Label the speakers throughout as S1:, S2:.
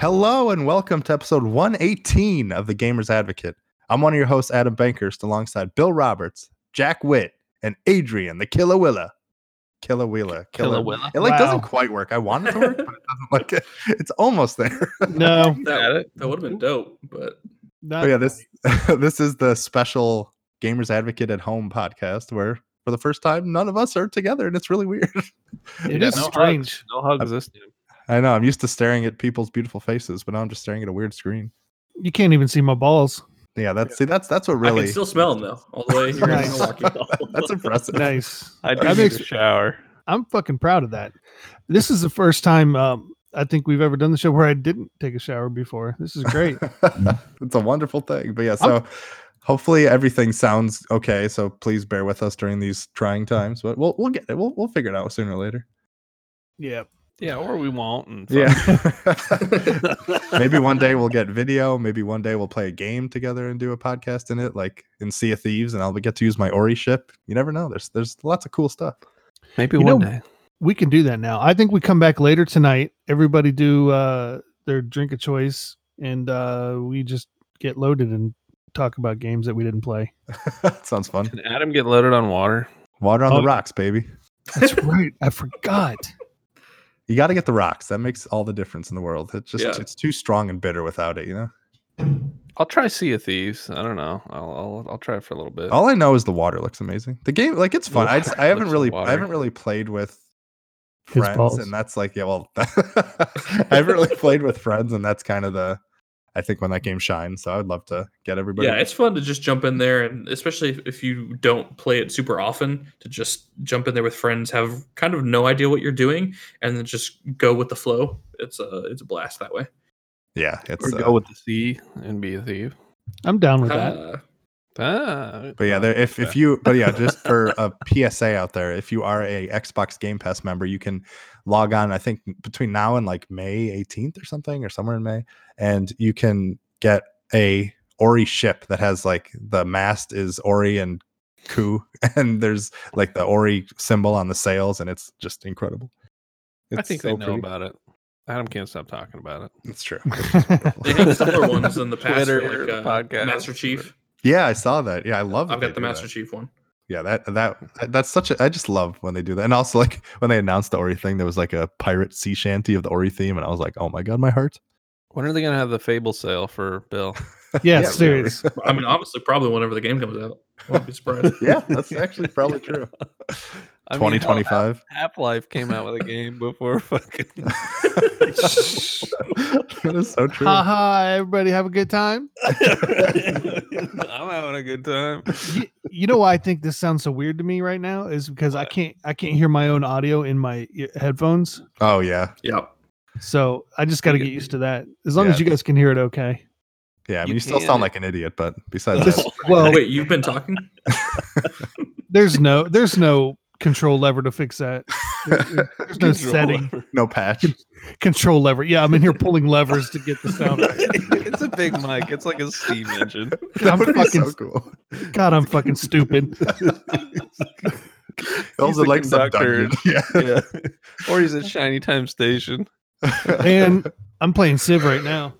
S1: Hello and welcome to episode 118 of The Gamer's Advocate. I'm one of your hosts, Adam Bankhurst, alongside Bill Roberts, Jack Witt, and Adrian, the Killer Willa. Killer Willa. Killer
S2: Willa.
S1: It like doesn't
S3: Wow.
S1: quite work. I want it to work, but it doesn't like it. It's almost there.
S3: No,
S2: That, that would have been dope, but
S3: not
S1: But yeah, this this is the special Gamers Advocate at Home podcast where for the first time none of us are together and it's really weird.
S3: it
S2: Yeah,
S3: is
S2: no hugs.
S3: strange.
S2: no hugs this time.
S1: I know I'm used to staring at people's beautiful faces, but now I'm just staring at a weird screen.
S3: You can't even see my balls.
S1: Yeah, that's see that's that's what
S2: I
S1: really
S2: can still smell them though, all the way here in
S3: Nice.
S2: Milwaukee.
S1: that's impressive.
S3: Nice.
S4: I
S3: That
S4: do need
S3: makes-
S4: a shower.
S3: I'm fucking proud of that. This is the first time um, I think we've ever done the show where I didn't take a shower before. This is great.
S1: it's a wonderful thing. But yeah, so hopefully everything sounds okay. So please bear with us during these trying times. But we'll we'll get it. We'll we'll figure it out sooner or later.
S3: yeah.
S4: Yeah, or we won't. And
S1: Yeah. maybe one day we'll get video. Maybe one day we'll play a game together and do a podcast in it, like in Sea of Thieves, and I'll get to use my Ori ship. You never know. There's there's lots of cool stuff.
S4: maybe
S3: You
S4: one
S3: know-
S4: day.
S3: We can do that now. I think we come back later tonight. Everybody do uh, their drink of choice and uh, we just get loaded and talk about games that we didn't play.
S1: Sounds fun.
S4: Can Adam get loaded on water?
S1: Water on
S3: Oh.
S1: the rocks, baby.
S3: That's right. I forgot.
S1: You got to get the rocks. That makes all the difference in the world. It's just
S2: Yeah.
S1: it's too strong and bitter without it. You know.
S4: I'll try Sea of Thieves. I don't know. I'll I'll, I'll try it for a little bit.
S1: All I know is the water looks amazing. The game, like, it's fun. I just,
S4: Water
S1: I haven't
S4: looks
S1: really,
S4: water.
S1: I haven't really played with
S3: His
S1: friends,
S3: balls.
S1: and that's like, yeah, well, I haven't really played with friends, and that's kind of the, I think when that game shines. So I would love to get everybody.
S2: yeah, it's fun to just jump in there, and especially if- if you don't play it super often, to just jump in there with friends, have kind of no idea what you're doing, and then just go with the flow. It's a it's a blast that way.
S1: yeah,
S4: or
S1: it's.
S4: go
S1: Uh,
S4: with the sea and be a thief.
S3: I'm down with that.
S2: Uh,
S4: Ah,
S1: but yeah, there, if if you, but yeah, just for a PSA out there, if you are a Xbox Game Pass member, you can log on. I think between now and like May 18th or something, or somewhere in May, and you can get a Ori ship that has like the mast is Ori and Ku, and there's like the Ori symbol on the sails, and it's just incredible.
S4: I think
S1: so
S4: they know
S1: pretty.
S4: about it. Adam can't stop talking about it.
S1: It's true.
S2: they had similar ones in the past,
S4: Twitter,
S2: like uh,
S4: podcast.
S2: Master Chief.
S1: yeah, I saw that. Yeah, I love.
S2: I've
S1: that they
S2: got the
S1: do
S2: Master
S1: that.
S2: Chief one.
S1: yeah that that that- that's such a i just love when they do that and also like when they announced the ori thing there was like a pirate sea shanty of the ori theme and i was like oh my god my heart
S4: When are they gonna have the Fable sale for Bill?
S3: Yeah,
S1: Yeah,
S3: serious.
S2: I mean, honestly, probably whenever the game comes out, I won't be surprised.
S1: yeah that's actually probably true
S4: I mean, hell,
S1: 2025
S4: Half Life came out with a game before fucking.
S1: that is so true
S3: Ha ha, everybody have a good time.
S4: I'm having a good time.
S3: you, you know why I think this sounds so weird to me right now is because I
S4: What?
S3: can't I can't hear my own audio in my ear- headphones.
S1: oh yeah
S2: Yeah.
S3: So I just got to
S4: You
S3: get
S4: get-
S3: used to that. As long
S1: Yeah.
S3: as you guys can hear it, okay.
S1: yeah i mean you,
S4: You
S1: still
S4: can.
S1: sound like an idiot but besides
S3: This-
S1: that,
S3: well,
S2: Oh, Wait, you've been talking?
S3: there's no there's no control lever to fix that. There's, there's no setting
S1: no patch
S3: control lever. Yeah, I'm in here pulling levers to get the sound. right.
S4: it's a big mic. It's like a steam engine.
S1: that
S3: I'm
S1: would be so
S3: fucking-
S1: cool
S3: God, I'm fucking stupid.
S1: Those
S4: the
S1: are like some
S4: conductor.
S1: dungeon. yeah
S4: Yeah. or he's at Shiny Time Station.
S3: And I'm playing Civ right now.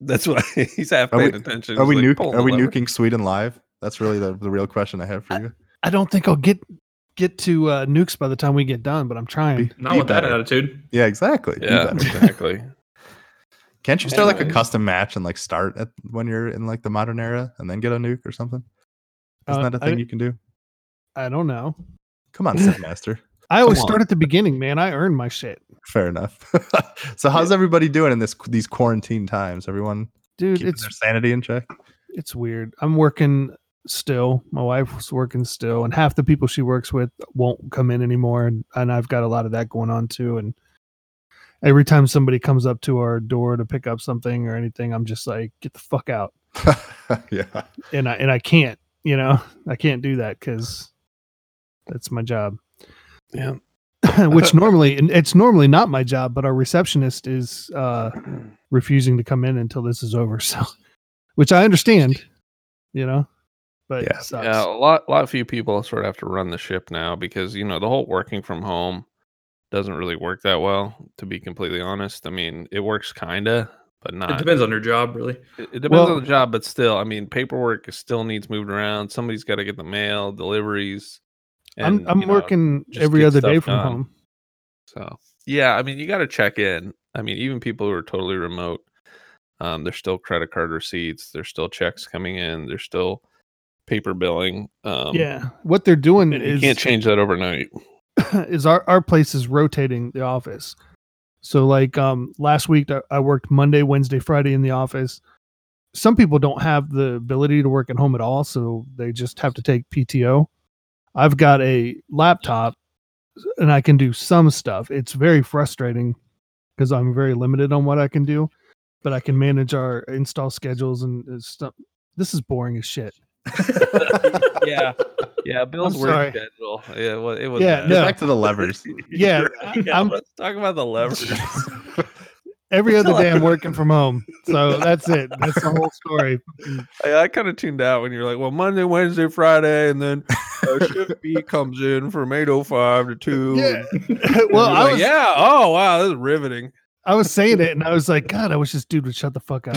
S4: That's why he's half
S1: Are we-
S4: paying attention.
S1: are we
S4: He's like,
S1: nuke
S4: "Pull
S1: are
S4: the
S1: we
S4: lever."
S1: nuking sweden live that's really the, the real question i have for you
S3: I don't think I'll get get to uh, nukes by the time we get done, but I'm trying.
S1: Be-
S2: Not
S1: be
S2: with that
S1: better.
S2: attitude.
S1: yeah exactly Be
S4: Yeah,
S1: better.
S4: exactly.
S1: Can't you start like a
S4: Anyways.
S1: custom match and like start at when you're in like the modern era and then get a nuke or something? Isn't
S3: Uh,
S1: that a
S3: I-
S1: thing you can do?
S3: I don't know.
S1: Come on, Civ Master.
S3: I always
S4: on.
S3: start at the beginning, man. I earn my shit.
S1: Fair enough. so how's everybody doing in this these quarantine times? Everyone
S3: Dude,
S1: keeping
S3: it's
S1: their sanity in check?
S3: it's weird. I'm working still. My wife's working still, and half the people she works with won't come in anymore. And, and I've got a lot of that going on too. And every time somebody comes up to our door to pick up something or anything, I'm just like, get the fuck out.
S1: yeah.
S3: And I and I can't, you know, I can't do that because that's my job.
S4: Yeah.
S3: Which normally and it's normally not my job, but our receptionist is uh refusing to come in until this is over. So, which I understand, you know, but
S1: Yeah.
S3: it sucks.
S4: Yeah, a lot, lot few people sort of have to run the ship now because you know the whole working from home doesn't really work that well, to be completely honest. I mean, it works kinda, but not.
S2: It depends on your job, really.
S4: It, it depends
S3: Well-
S4: on the job, but still, I mean, paperwork is- still needs moved around. Somebody's got to get the mail, deliveries.
S3: I'm
S4: and,
S3: I'm
S4: you know,
S3: working
S4: just
S3: every
S4: get
S3: other day
S4: stuff
S3: from
S4: done.
S3: home.
S4: So yeah, I mean, you got to check in. I mean, even people who are totally remote, um, there's still credit card receipts, there's still checks coming in, there's still paper billing. Um,
S3: yeah, what they're doing
S4: and you
S3: is
S4: can't change that overnight.
S3: is our our place is rotating the office. So like um last week I- I worked Monday, Wednesday, Friday in the office. Some people don't have the ability to work at home at all, so they just have to take PTO. I've got a laptop and I can do some stuff. It's very frustrating because I'm very limited on what I can do, but I can manage our install schedules and uh, stuff. This is boring as shit.
S4: yeah, yeah. Bill's
S3: sorry.
S4: work schedule. Yeah, well, it was.
S3: Yeah,
S1: Get
S4: bad.
S3: no.
S1: Back to the levers.
S3: Yeah, I-
S4: yeah,
S3: I'm-
S4: let's talk about the leverage.
S3: Every other
S4: Still
S3: day I'm
S4: have-
S3: working from home. So that's it. That's the whole story.
S4: I, I kind of tuned out when you were like, "Well, Monday, Wednesday, Friday, and then uh, shift B comes in from eight oh five to two.
S3: Yeah.
S4: and-
S3: well,
S4: You're
S3: I
S4: like,
S3: was
S4: yeah. Oh, wow, this is riveting.
S3: I was saying it, and I was like, God, I wish this dude would shut the fuck up.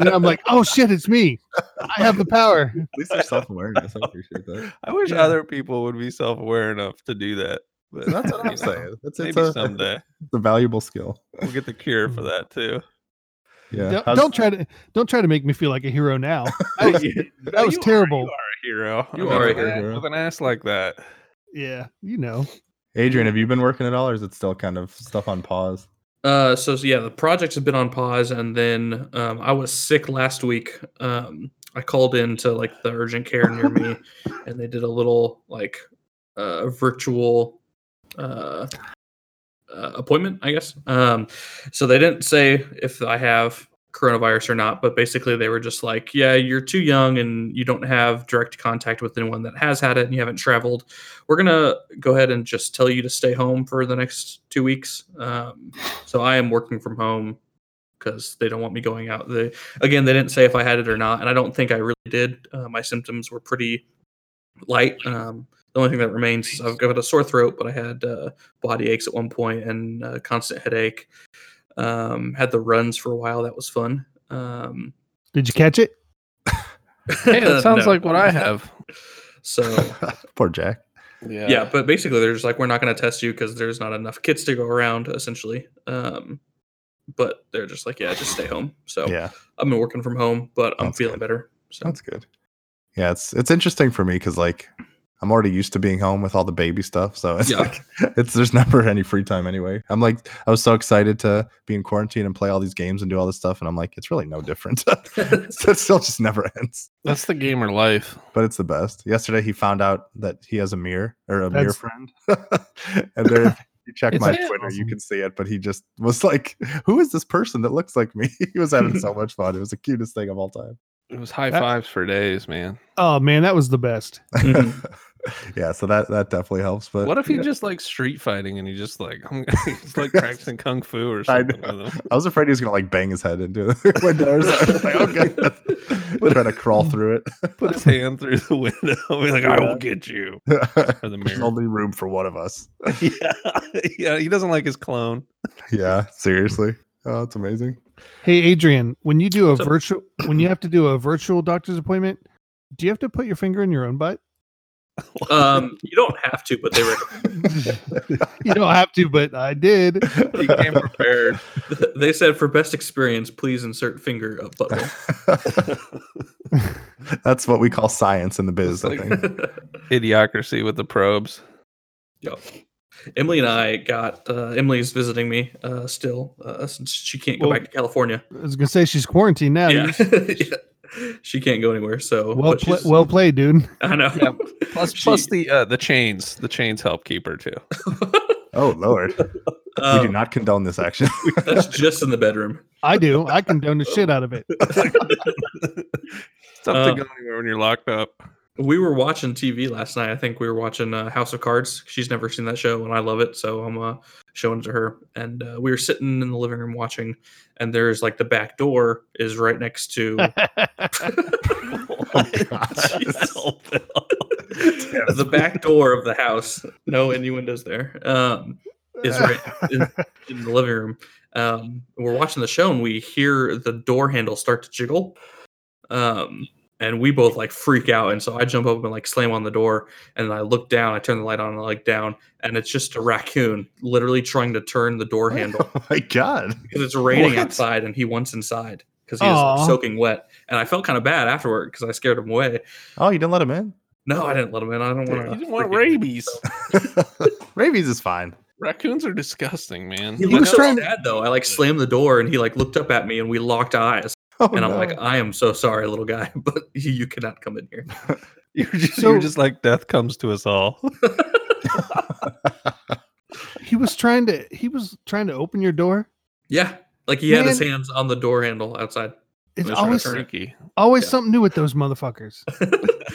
S3: And I'm like, Oh shit, it's me. I have the power.
S1: At least there's self awareness. I appreciate that.
S4: I wish
S3: Yeah.
S4: other people would be self-aware enough to do that. But
S1: That's what
S4: you
S1: I'm saying. That's it's
S4: Maybe
S1: a,
S4: someday
S1: it's a valuable skill.
S4: we'll get the cure for that too.
S1: Yeah.
S3: Don't,
S1: How's-
S3: don't try to don't try to make me feel like a hero now. That was,
S4: No,
S3: that was
S4: you are-
S3: terrible.
S4: you are a hero.
S2: You are a
S4: with an
S1: hero.
S4: ass- With an ass like that,
S3: Yeah, you know.
S1: Adrian, have you been working at all, or is it still kind of stuff on pause?
S2: Uh, so, so yeah, the projects have been on pause, and then um, I was sick last week. Um, I called in to like the urgent care near me, and they did a little like uh, virtual uh, uh, appointment, I guess. Um, so they didn't say if I have coronavirus or not, but basically they were just like, "Yeah, you're too young, and you don't have direct contact with anyone that has had it, and you haven't traveled. We're gonna go ahead and just tell you to stay home for the next two weeks." Um, so I am working from home because they don't want me going out. They again, they didn't say if I had it or not, and I don't think I really did. Uh, my symptoms were pretty light. Um, the only thing that remains is I've got a sore throat, but I had uh, body aches at one point and uh, constant headache. Um, had the runs for a while. That was fun. Um,
S3: Did you catch it?
S4: hey, that sounds
S2: no.
S4: like what I have.
S2: So
S1: Poor Jack.
S4: Yeah,
S2: yeah but basically they're just like we're not going to test you because there's not enough kits to go around essentially um but they're just like yeah just stay home so
S1: Yeah,
S2: i've been working from home but i'm
S1: That's
S2: feeling
S1: good.
S2: better so
S1: that's good. Yeah, it's it's interesting for me because like I'm already used to being home with all the baby stuff, so it's
S2: Yeah.
S1: like it's there's never any free time anyway. I'm like I was so excited to be in quarantine and play all these games and do all this stuff, and I'm like it's really no different. so it still just never ends.
S4: that's the gamer life.
S1: but it's the best. Yesterday, he found out that he has a mirror or a mirror
S3: That's-
S1: friend, and there. if You check
S3: It's
S1: my
S4: awesome.
S1: Twitter, you can see it, but he just was like, "Who is this person that looks like me?" he was having so much fun. It was the cutest thing of all time.
S4: It was high
S3: That-
S4: fives for days, man.
S3: Oh man, that was the best.
S2: Mhm.
S1: yeah, so that that definitely helps. But
S4: Mm-hmm. What if he
S1: yeah,
S4: just like street fighting and he just like I'm he's like practicing kung fu or
S1: I
S4: something with him?
S1: I was afraid he was gonna like bang his head into the window. Or something. I was like, oh god, trying to crawl through it.
S4: Put his hand through the window, be like, "I
S1: Yeah.
S4: will get you." Or the
S1: There's
S4: mirror.
S1: only room for one of us.
S4: yeah, yeah. He doesn't like his clone.
S1: Yeah, seriously. Oh, it's amazing.
S3: Hey Adrian, when you do a
S2: What's up?
S3: virtual when you have to do a virtual doctor's appointment, do you have to put your finger in your own butt?
S2: um you don't have to but they were
S3: You don't have to, but I did.
S4: He came prepared.
S2: they said for best experience please insert finger up butthole
S1: That's what we call science in the biz. I
S4: like-
S1: think.
S4: Idiocracy with the probes.
S2: yep Emily and I got uh, Emily's visiting me uh, still uh, since she can't go
S3: Well,
S2: back to California.
S3: I was gonna say she's quarantined now.
S2: Yeah. Yeah. she can't go anywhere. So
S3: Well,
S2: but
S3: pla
S2: she's-
S3: well played, dude.
S2: I know.
S4: Yeah, Plus,
S2: She-
S4: plus the uh, the chains. The chains help keep her too.
S1: Oh Lord, we
S4: Uh,
S2: Um,
S1: do not condone this action.
S2: That's just in the bedroom.
S3: I do. I condone the shit out of it.
S4: It's tough
S2: Uh,
S4: to go anywhere when you're locked up.
S2: We were watching TV last night. I think we were watching uh, House of Cards. She's never seen that show, and I love it, so I'm uh, showing it to her. And uh, we were sitting in the living room watching, and there's like the back door is right next to.
S1: Oh, God.
S2: the back door of the house. No innuendos there. Um, is right in, in the living room. Um, we're watching the show and we hear the door handle start to jiggle. Um, and we both like freak out. And so I jump up and like slam on the door. And I look down, I turn the light on, and I look down, and it's just a raccoon literally trying to turn the door handle
S1: Oh my god.
S2: because it's raining
S1: What?
S2: outside and he wants inside because he was like,
S3: Aw.
S2: soaking wet. And I felt kind of bad afterward because I scared him away.
S1: Oh, you didn't let him in?
S2: No, I didn't let him in. I don't want to.
S4: You didn't want rabies.
S1: Rabies is fine.
S4: Raccoons are disgusting, man.
S2: He,
S3: He
S2: looked
S3: was
S2: so
S3: trying to-
S2: sad though. I like slammed the door and he like looked up at me and we locked eyes.
S1: Oh,
S2: and I'm
S1: no.
S2: like, I am so sorry, little guy, but you, you cannot come in here.
S4: You're just,
S3: So-
S4: you're just like death comes to us all.
S3: He was trying to he was trying to open your door.
S2: Yeah. Like he had his
S3: Man.
S2: hands on the door handle outside.
S3: It's
S2: That's right,
S3: always
S2: that's right.
S4: Freaky.
S3: always
S2: Yeah.
S3: something new with those motherfuckers.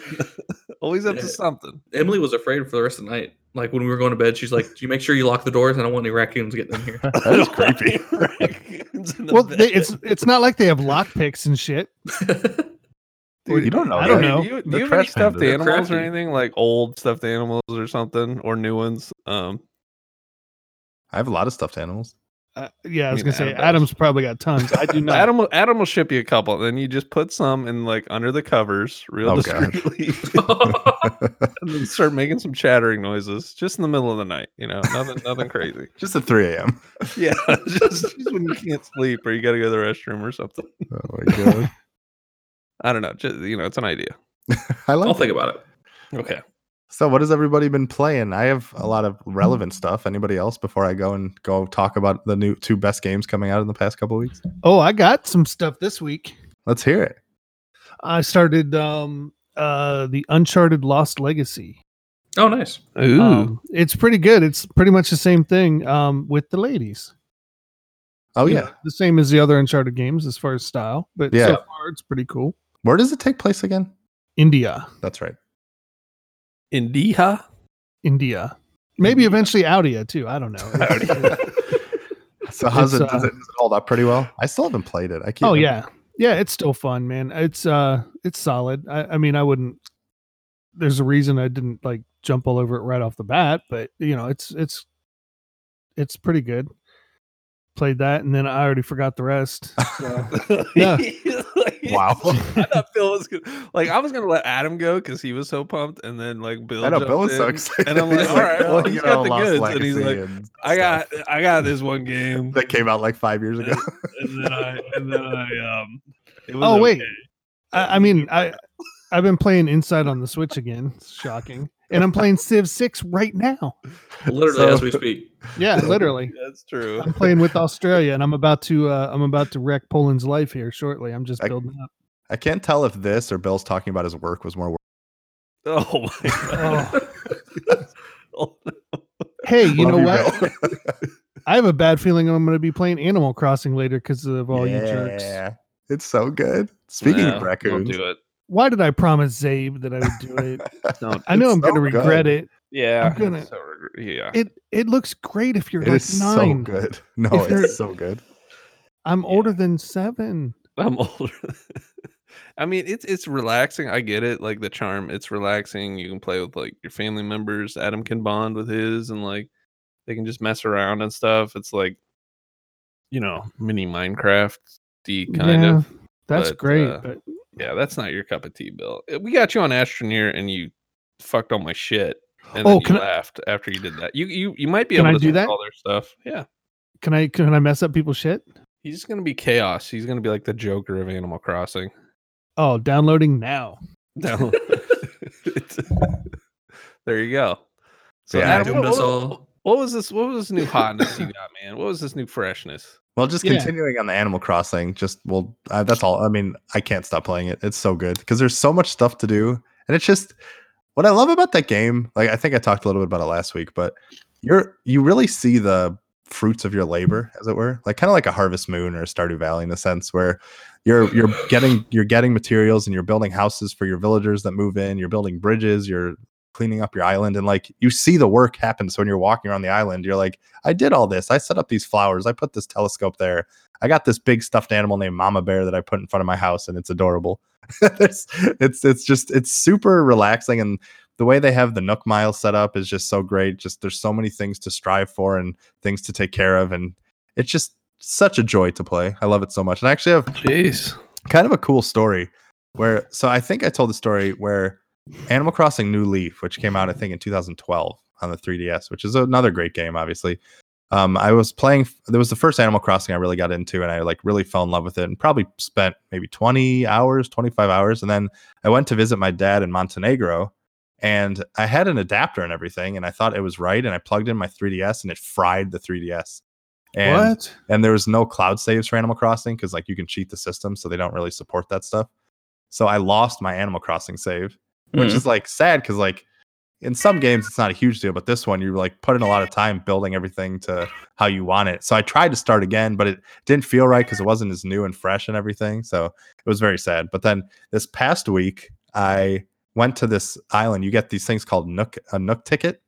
S4: Always up
S2: Yeah.
S4: to something.
S2: Emily was afraid for the rest of the night. Like when we were going to bed, she's like, Do you make sure you lock the doors? I don't want any raccoons getting in here.
S1: that is creepy.
S4: Raccoons in the
S3: well,
S4: bed.
S3: they, it's it's not like they have lock picks and shit.
S1: Dude, you don't know.
S3: I don't
S1: that.
S3: know.
S4: Do you, do
S1: They're
S4: you have any
S1: trash pandas.
S4: stuffed
S1: They're
S4: animals or
S2: crafty.
S4: anything like old stuffed animals or something or new ones? Um,
S1: I have a lot of stuffed animals.
S3: Uh, yeah, I was
S4: mean,
S3: gonna say
S4: Adam does.
S3: Adam's probably got tons. I do not.
S4: Adam, will, Adam will ship you a couple. Then you just put some in like under the covers, real
S1: Oh, God.
S4: discreetly, and then start making some chattering noises just in the middle of the night. You know, nothing, nothing crazy.
S1: Just at 3 a.m.
S4: Yeah, just, just when you can't sleep or you got to go to the restroom or something.
S1: Oh my god.
S4: I don't know. Just you know, it's an idea.
S1: I
S2: I'll
S1: like it.
S2: think about it.
S4: Okay.
S1: So what has everybody been playing? I have a lot of relevant stuff. Anybody else before I go and go talk about the new two best games coming out in the past couple weeks?
S3: Oh, I got some stuff this week.
S1: Let's hear it.
S3: I started um uh the Uncharted Lost Legacy.
S2: Oh, nice.
S4: Ooh.
S3: Um, it's pretty good. It's pretty much the same thing um with the ladies.
S1: Oh
S3: You
S1: yeah.
S3: know, the same as the other Uncharted games as far as style, but so
S1: Yeah.
S3: far it's pretty cool.
S1: Where does it take place again?
S3: India,
S1: That's right.
S4: India.
S3: India, maybe
S4: India.
S3: eventually Audia too. I don't know.
S1: So how's it,
S3: It's,
S1: does
S3: uh,
S1: it? Does it hold up pretty well? I still haven't played it. I keep.
S3: oh yeah, yeah. It's still fun, man. It's uh, it's solid. I, I mean, I wouldn't. There's a reason I didn't like jump all over it right off the bat, but you know, it's it's it's pretty good. Played that, and then I already forgot the rest. Yeah.
S1: Wow.
S4: I thought Phil was good. Like I was gonna let Adam go because he was so pumped, and then like Bill.
S1: I know
S4: jumped
S1: Bill was so
S4: in,
S1: excited.
S4: And I'm like,
S1: He's
S4: all right, well,
S1: "Oh,
S4: he's
S1: you
S4: got
S1: know,
S4: the
S1: Lost
S4: goods, and he's
S1: Legacy
S4: like,
S1: and
S4: I got,
S1: stuff
S4: I got this one game,
S1: that came out like five years ago.
S4: and then I, and then I, um, it was
S3: Oh, wait.
S4: okay.
S3: I, I mean, I I've been playing Inside on the Switch again. It's shocking, and I'm playing Civ Six right now.
S2: Literally
S1: So-
S2: as we speak.
S3: Yeah, literally.
S4: that's true.
S3: I'm playing with Australia, and I'm about to uh, I'm about to wreck Poland's life here shortly. I'm just
S1: I-
S3: building up.
S1: I can't tell if this or Bill's talking about his work was more. Work.
S4: Oh my god. Oh.
S3: Hey, you
S1: Love
S3: know what?
S1: Bill.
S3: I have a bad feeling I'm going to be playing Animal Crossing later because of all you jerks.
S1: Yeah. It's so good. Speaking
S4: Yeah,
S1: of raccoons,
S4: don't do it.
S3: Why did I promise Zabe that I would do it?
S4: Don't.
S3: I know
S1: It's
S3: I'm going
S1: so
S3: to regret
S1: good.
S3: it.
S4: Yeah,
S3: I'm gonna-
S4: so regret- yeah.
S3: It it looks great if you're
S1: it
S3: like
S1: is so
S3: nine.
S1: good. No,
S3: If you're-
S1: it's so good.
S3: I'm
S4: Yeah.
S3: older than seven.
S4: I'm older. I mean, it's it's relaxing. I get it, like the charm. It's relaxing. You can play with like your family members. Adam can bond with his, and like they can just mess around and stuff. It's like, you know, mini Minecraft, kind
S3: Yeah,
S4: of.
S3: That's
S4: but,
S3: great.
S4: uh,
S3: but
S4: Yeah, that's not your cup of tea, Bill. Uh, We got you on Astroneer, and you fucked all my shit. And
S3: Oh,
S4: then you
S3: can I-
S4: laughed after you did that. You you you might be
S3: Can
S4: able
S3: I
S4: to
S3: do
S4: do
S3: that?
S4: all their stuff. Yeah,
S3: can I can I mess up people's shit?
S4: he's gonna be chaos. He's gonna be like the Joker of Animal Crossing.
S3: Oh, downloading now.
S4: No. It's- there you go. So
S1: Yeah, I
S4: Adam,
S2: doomed
S4: what,
S2: us
S4: what-
S2: all.
S4: what was this? What was this new hotness you got, man? What was this new freshness?
S1: Well, just
S3: Yeah.
S1: continuing on the Animal Crossing, just well, uh, that's all. I mean, I can't stop playing it. It's so good because there's so much stuff to do, and it's just what I love about that game. Like I think I talked a little bit about it last week, but you're you really see the fruits of your labor, as it were, like kind of like a Harvest Moon or a Stardew Valley in a sense where you're you're getting you're getting materials and you're building houses for your villagers that move in. You're building bridges. You're cleaning up your island and like you see the work happen so when you're walking around the island you're like i did all this i set up these flowers i put this telescope there I got this big stuffed animal named Mama Bear that I put in front of my house, and it's adorable. it's it's it's just it's super relaxing, and the way they have the Nook Mile set up is just so great. Just there's so many things to strive for and things to take care of, and it's just such a joy to play. I love it so much. And I actually have
S4: Jeez.
S1: kind of a cool story where so I think I told the story where Animal Crossing New Leaf, which came out I think in 2012 on the 3DS, which is another great game, obviously. Um, I was playing. There was the first Animal Crossing I really got into, and I like really fell in love with it, and probably spent maybe 20 hours, 25 hours, and then I went to visit my dad in Montenegro, and I had an adapter and everything, and I thought it was right, and I plugged in my 3DS, and it fried the 3DS. And
S3: what?
S1: and there was no cloud saves for Animal Crossing because like you can cheat the system, so they don't really support that stuff. So I lost my Animal Crossing save, which
S2: Mm.
S1: is like sad because like in some games it's not a huge deal, but this one you like put in a lot of time building everything to how you want it. So I tried to start again, but it didn't feel right because it wasn't as new and fresh and everything. So it was very sad. But then this past week I went to this island. You get these things called Nook a Nook ticket.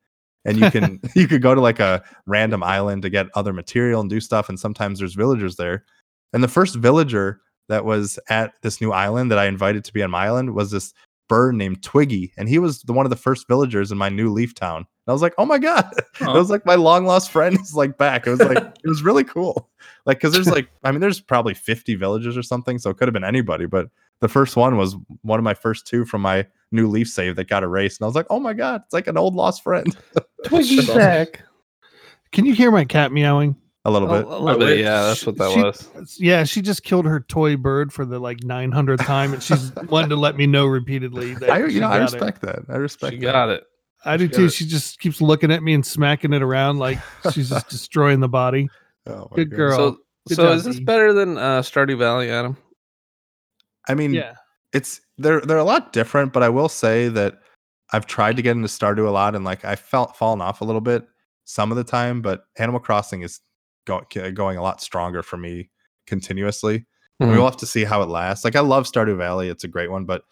S1: And you can you could go to like a random island to get other material and do stuff. And sometimes there's villagers there. And the first villager that was at this new island that I invited to be on my island was this bird named Twiggy. And he was the, one of the first villagers in my new leaf town. And I was like, oh my God.
S2: Aw.
S1: It was like my long lost friend is like back. It was like, it was really cool. Like, cause there's like, I mean, there's probably 50 villages or something. So it could have been anybody. But the first one was one of my first two from my new leaf save that got erased. And I was like, oh my God, it's like an old lost friend
S4: Twiggy's
S2: That's awesome.
S4: back.
S3: Can you hear my cat meowing?
S1: a little
S4: Oh,
S3: Oh,
S4: A,
S1: bit.
S4: a little bit. Yeah, that's what that
S3: She-
S4: was.
S3: Yeah, she just killed her toy bird for the like 900th time, and she's wanted to let me know repeatedly. That
S1: I,
S3: she
S1: you know, I
S3: got it.
S1: respect that. I respect
S4: She
S1: that.
S4: got it.
S3: I do
S4: She got
S3: too.
S4: it.
S3: She just keeps looking at me and smacking it around like she's just destroying the body.
S1: Oh my
S3: Good
S1: God.
S3: girl.
S4: So,
S3: Good
S4: so
S3: job,
S4: is this
S3: Dee.
S4: better than uh, Stardew Valley, Adam?
S1: I mean,
S3: Yeah.
S1: it's they're they're a lot different, but I will say that I've tried to get into Stardew a lot and like I felt fallen off a little bit some of the time, but Animal Crossing is go- k- going a lot stronger for me continuously. And We'll have to see how it lasts. Like I love Stardew Valley, it's a great one, but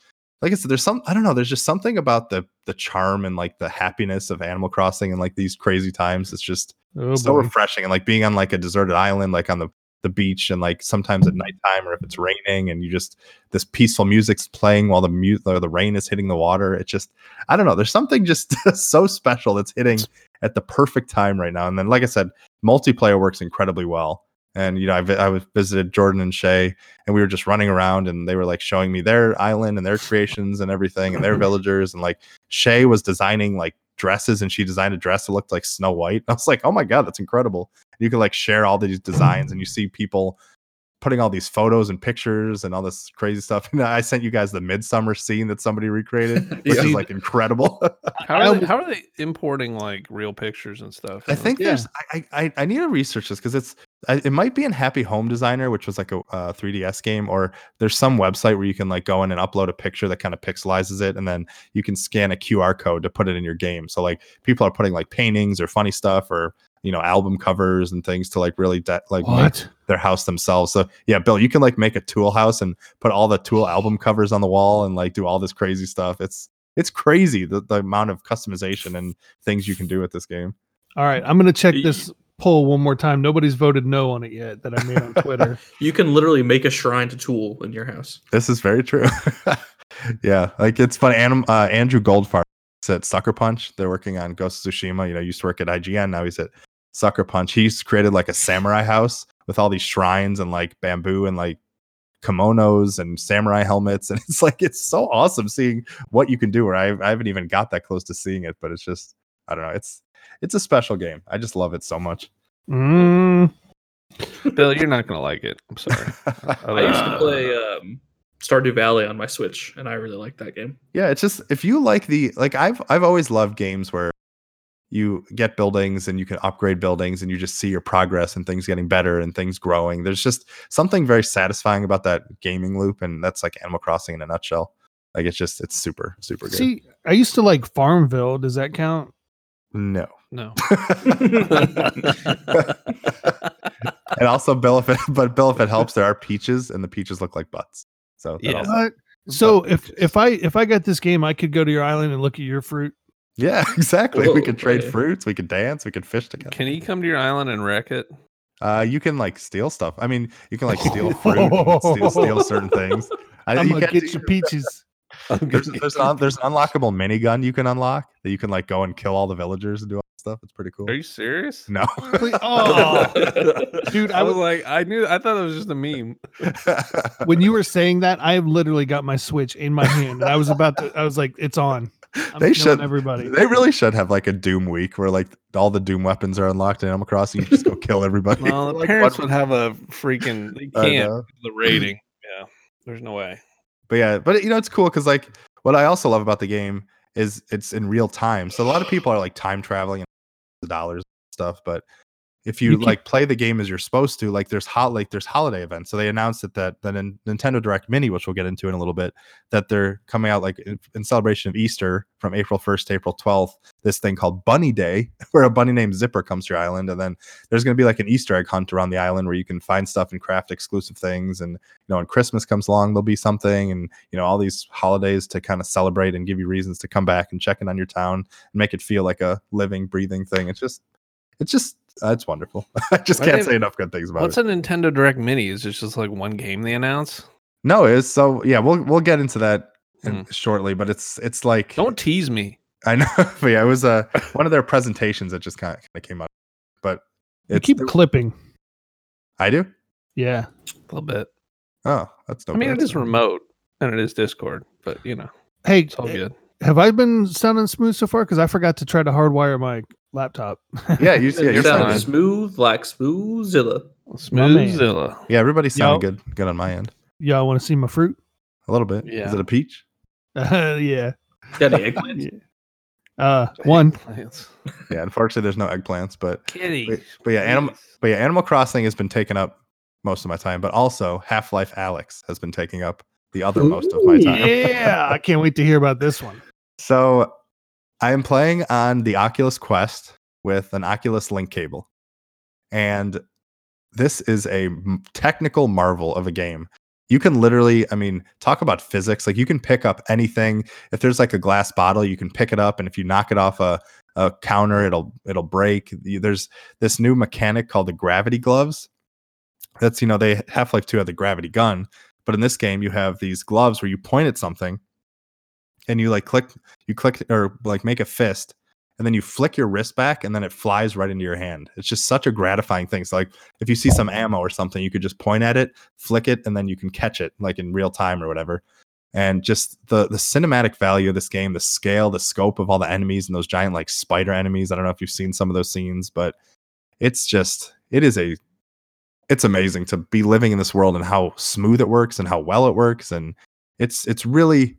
S1: like I said, there's some I don't know, there's just something about the the charm and like the happiness of Animal Crossing and like these crazy times. It's just
S3: Oh,
S1: so
S3: boy.
S1: refreshing and like being on like a deserted island like on the the beach and like sometimes at
S3: Mm-hmm.
S1: nighttime or if it's raining and you just this peaceful music's playing while the mu- or the rain is hitting the water it just i don't know there's something just so special that's hitting at the perfect time right now and then like i said multiplayer works incredibly well and you know i, vi- I was visited jordan and shay and we were just running around and they were like showing me their island and their creations and everything and their villagers and like Shay was designing like dresses and she designed a dress that looked like Snow White. I was like, oh my God, that's incredible. You can like share all these designs and you see people putting all these photos and pictures and all this crazy stuff. And I sent you guys the midsummer scene that somebody recreated, which
S2: Yeah.
S1: is like incredible.
S4: How are,
S3: I-
S4: they, how are they importing like real pictures and stuff?
S1: I
S4: you know?
S1: think
S3: Yeah.
S1: there's I, I I need to research this because it's I, it might be in Happy Home Designer, which was like a uh, 3DS game, or there's some website where you can like go in and upload a picture that kind of pixelizes it, and then you can scan a QR code to put it in your game. So like people are putting like paintings or funny stuff or you know album covers and things to like really de- like make
S3: What?
S1: their house themselves. So yeah, Bill, you can like make a Tool house and put all the Tool album covers on the wall and like do all this crazy stuff. It's it's crazy the, the amount of customization and things you can do with this game.
S3: All right, I'm gonna check this poll one more time. Nobody's voted no on it yet that I made on Twitter.
S2: You can literally make a shrine to Tool in your house.
S1: This is very true. yeah, like it's funny. Anim- uh, Andrew Goldfarb is at Sucker Punch. They're working on Ghost of Tsushima. You know, he used to work at IGN. Now he's at Sucker Punch. He's created like a samurai house with all these shrines and like bamboo and like kimonos and samurai helmets. And it's like it's so awesome seeing what you can do. Where I, I haven't even got that close to seeing it, but it's just I don't know. It's it's a special game. I just love it so much.
S3: Mm,
S4: Bill, you're not gonna like it. I'm sorry.
S2: I used to
S4: Uh,
S2: play um, Stardew Valley on my Switch, and I really liked that game.
S1: Yeah, it's just if you like the like I've I've always loved games where you get buildings and you can upgrade buildings and you just see your progress and things getting better and things growing. There's just something very satisfying about that gaming loop and that's like Animal Crossing in a nutshell. Like it's just it's super super good.
S3: see, I used to like Farmville. Does that count?
S1: No.
S4: No.
S1: and also Bill if it, but Bill if it helps there are peaches and the peaches look like butts. So that
S4: Yeah.
S1: also-
S3: What? So if if I if I got this game, I could go to your island and look at your fruit.
S1: yeah, exactly. we
S2: Whoa,
S1: could trade
S2: okay.
S1: fruits, we could dance, we could fish together.
S4: Can he come to your island and wreck it?
S1: Uh, you can like steal stuff. I mean, you can like steal fruit, and steal, steal certain things. I,
S3: I'm
S1: you
S3: gonna
S1: can't
S3: get
S1: do-
S3: your peaches.
S4: I'm
S1: There's,
S4: gonna
S1: there's,
S4: get-
S1: an, there's an unlockable minigun you can unlock that you can like go and kill all the villagers and do all that stuff. It's pretty cool.
S4: Are you serious?
S1: No.
S3: Please- oh, dude,
S4: I
S3: I
S4: was
S3: would.
S4: like, I knew, I thought it was just a meme.
S3: When you were saying that, I literally got my Switch in my hand, and I was about to. I was like, "It's on." I'm
S1: They
S3: killing
S1: should-
S3: everybody.
S1: they really should have like a Doom week where like all the Doom weapons are unlocked in Animal Crossing. You just go kill everybody.
S4: Well, the
S1: Like,
S4: parents
S1: what-
S4: would have a freaking, they
S1: I
S4: can't.
S1: know.
S4: The rating. Yeah. There's no way.
S1: but yeah, but you know it's cool because like what I also love about the game is it's in real time. So a lot of people are like time traveling and the dollars and stuff, but if you,
S3: You can-
S1: like play the game as you're supposed to, like there's hot like there's holiday events. So they announced that that the Nin- Nintendo Direct Mini, which we'll get into in a little bit, that they're coming out like in, in celebration of Easter from April 1st to April 12th. This thing called Bunny Day, where a bunny named Zipper comes to your island, and then there's going to be like an Easter egg hunt around the island where you can find stuff and craft exclusive things. And you know, when Christmas comes along, there'll be something, and you know, all these holidays to kind of celebrate and give you reasons to come back and check in on your town and make it feel like a living, breathing thing. It's just, it's just, uh, it's wonderful. I just
S4: Why
S1: can't
S4: they-
S1: say enough good things about it.
S4: What's a Nintendo Direct Mini? Is it just like one game they announce?
S1: No, it's so yeah. We'll we'll get into that in, shortly, but it's it's like
S4: Mm. Don't tease me.
S1: I know. But yeah, it was uh, one of their presentations that just kind of came out. But
S3: You keep clipping.
S1: I do.
S3: Yeah,
S4: A little bit.
S1: Oh, that's no.
S4: I mean,
S1: bad.
S4: it is remote and it is Discord, but you know,
S3: Hey,
S4: it's all good.
S3: have I been sounding smooth so far? Because I forgot to try to hardwire my laptop.
S1: Yeah, you, yeah,
S2: you
S1: you're
S2: sound
S1: sounding-
S2: smooth like smoothzilla.
S3: man.
S4: Smoothzilla.
S1: yeah. Everybody sounded
S3: Yo.
S1: good. Good on my end.
S3: Y'all want to see my fruit?
S1: A little bit. Is
S4: Yeah.
S1: it a peach?
S3: yeah.
S2: Got any eggplant?
S3: yeah. Uh, one.
S4: Plants.
S1: Yeah. Unfortunately, there's no eggplants, but
S4: Kitty.
S1: but, but yeah, animal. But yeah, Animal Crossing has been taking up most of my time, but also Half Life Alex has been taking up the other most of my
S2: Ooh.
S1: time.
S3: Yeah, I can't wait to hear about this one.
S1: So I am playing on the Oculus Quest with an Oculus Link cable. And this is a m- technical marvel of a game. You can literally, I mean, talk about physics. Like you can pick up anything. If there's like a glass bottle, you can pick it up and if you knock it off a a counter, it'll it'll break. You- There's this new mechanic called the gravity gloves. That's, you know, they Half-Life 2 had the gravity gun, but in this game you have these gloves where you point at something and you like click you click or like make a fist and then you flick your wrist back and then it flies right into your hand it's just such a gratifying thing so like if you see some ammo or something you could just point at it flick it and then you can catch it like in real time or whatever and just the the cinematic value of this game the scale the scope of all the enemies and those giant like spider enemies i don't know if you've seen some of those scenes but it's just it is a it's amazing to be living in this world and how smooth it works and how well it works and it's it's really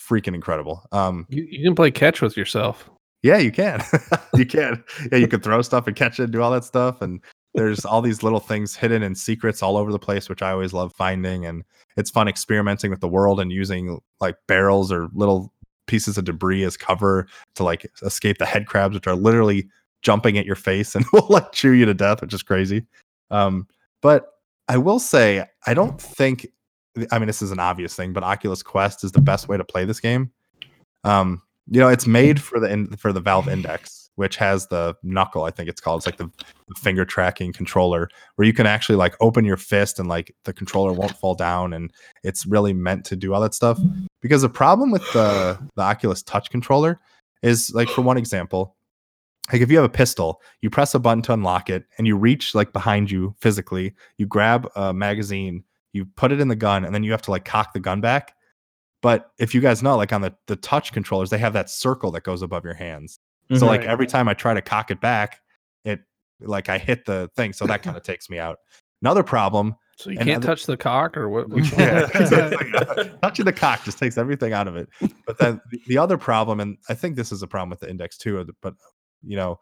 S1: freaking incredible um
S4: You, you can play catch with yourself.
S1: yeah, you can. you can. Yeah, you can throw stuff and catch it, do all that stuff. And there's all these little things hidden and secrets all over the place, which I always love finding. And it's fun experimenting with the world and using like barrels or little pieces of debris as cover to like escape the head crabs, which are literally jumping at your face and will like chew you to death, which is crazy. Um, but I will say, I don't think, I mean, this is an obvious thing, but Oculus Quest is the best way to play this game. Um, you know, it's made for the in, for the Valve Index, which has the knuckle, I think it's called. It's like the, the finger tracking controller where you can actually like open your fist and like the controller won't fall down, and it's really meant to do all that stuff. Because the problem with the the Oculus Touch controller is like, for one example, like if you have a pistol, you press a button to unlock it, and you reach like behind you physically, you grab a magazine, you put it in the gun, and then you have to like cock the gun back. But if you guys know, like on the, the touch controllers, they have that circle that goes above your hands. So like
S3: Right.
S1: every time I try to cock it back, it like I hit the thing. So that kind of takes me out. Another problem.
S4: So you
S1: And
S4: can't
S1: other-
S4: touch the cock or what? which one?
S1: Yeah, exactly. Touching the cock just takes everything out of it. But then the- the other problem, and I think this is a problem with the index too, but you know,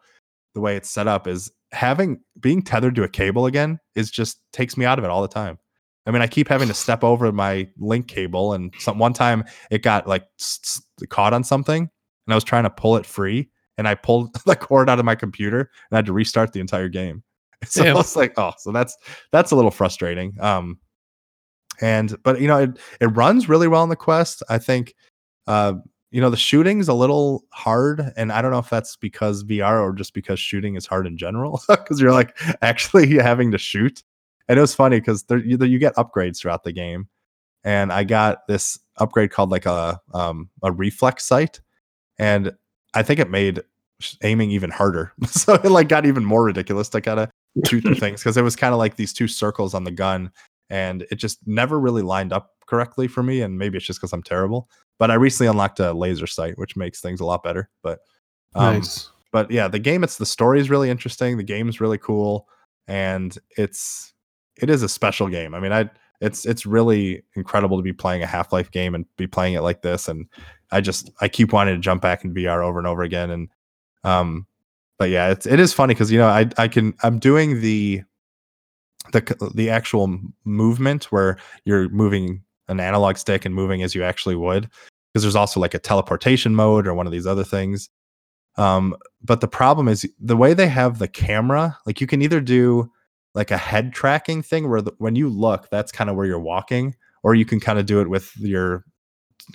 S1: the way it's set up is having being tethered to a cable again is just takes me out of it all the time. I mean, I keep having to step over my link cable, and some one time it got like s- s- caught on something, and I was trying to pull it free, and I pulled the cord out of my computer, and I had to restart the entire game. So
S4: Damn.
S1: I was like, oh, so that's that's a little frustrating. Um, and but you know, it it runs really well on the Quest. I think, uh, you know, the shooting's a little hard, and I don't know if that's because VR or just because shooting is hard in general, because you're like actually having to shoot and it was funny because there you, you get upgrades throughout the game and I got this upgrade called like a um, a reflex sight, and I think it made aiming even harder. so it like got even more ridiculous to kind of shoot the things because it was kind of like these two circles on the gun, and it just never really lined up correctly for me. And maybe it's just because I'm terrible. But I recently unlocked a laser sight, which makes things a lot better. But um,
S3: nice.
S1: but yeah, the game it's the story is really interesting. The game's really cool, and it's it is a special game. I mean, I it's it's really incredible to be playing a Half Life game and be playing it like this. And I just I keep wanting to jump back in VR over and over again. And um, but yeah, it's it is funny because you know I I can I'm doing the the c- the actual m- movement where you're moving an analog stick and moving as you actually would because there's also like a teleportation mode or one of these other things. Um, but the problem is the way they have the camera, like you can either do like a head tracking thing where the, when you look, that's kind of where you're walking, or you can kind of do it with your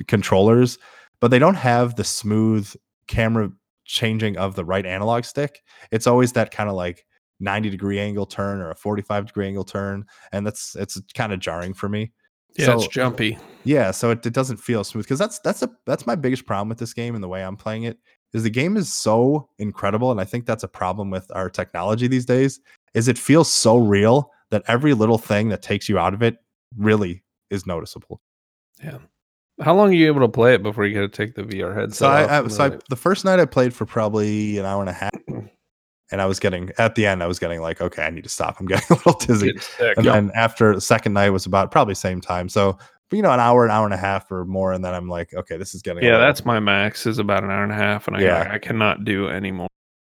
S1: controllers, but they don't have the smooth camera changing of the right analog stick. It's always that kind of like 90 degree angle turn or a 45 degree angle turn. And that's, it's kind of jarring for me.
S4: Yeah,
S1: So-
S4: it's jumpy.
S1: yeah so it, it doesn't feel smooth because that's that's a that's my biggest problem with this game and the way i'm playing it is the game is so incredible and i think that's a problem with our technology these days is it feels so real that every little thing that takes you out of it really is noticeable
S4: How long are you able to play it before you got to take the VR headset?
S1: so i,
S4: off
S1: I
S4: and
S1: so I,
S4: really-
S1: the first night i played for probably an hour and a half and i was getting at the end i was getting like okay i need to stop i'm getting a little dizzy
S4: Get sick.
S1: and then after the second night was about probably same time so you know an hour an hour and a half or more and then i'm like okay this is getting a
S4: yeah,
S1: little-
S4: that's my max is about an hour and a half, and I
S1: Yeah.
S4: I cannot do anymore.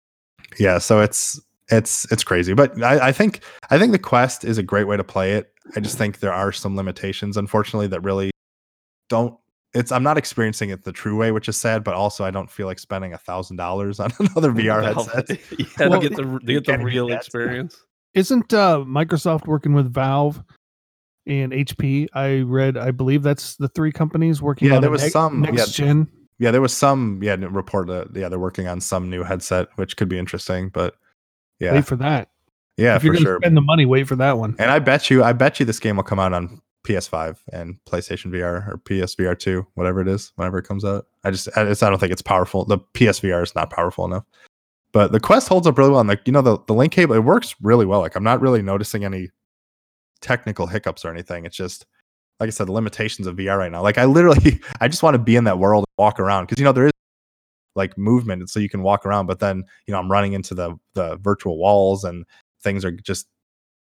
S1: yeah so it's it's it's crazy but I, I think i think the quest is a great way to play it i just think there are some limitations unfortunately that really don't it's i'm not experiencing it the true way which is sad but also i don't feel like spending a thousand dollars on another vr headset
S4: yeah,
S3: Well,
S4: to get the to get the
S1: can't do
S4: real
S1: that.
S4: experience.
S3: Isn't uh, Microsoft working with Valve and HP? I read, I believe that's the three companies working.
S1: Yeah,
S3: on
S1: there
S3: a
S1: was
S3: ne-
S1: some- yeah.
S3: next gen.
S1: yeah there was some yeah report that yeah they're working on some new headset which could be interesting but yeah
S3: Wait for that.
S1: yeah
S3: if you're
S1: for
S3: going to
S1: sure
S3: spend the money, wait for that one.
S1: and i bet you i bet you this game will come out on ps5 and playstation vr or psvr2 whatever it is whenever it comes out i just i, just, I don't think it's powerful the psvr is not powerful enough but the quest holds up really well and like you know the, the link cable it works really well like i'm not really noticing any technical hiccups or anything it's just like i said the limitations of vr right now like i literally i just want to be in that world and walk around because you know there is like movement and so you can walk around but then you know i'm running into the the virtual walls and things are just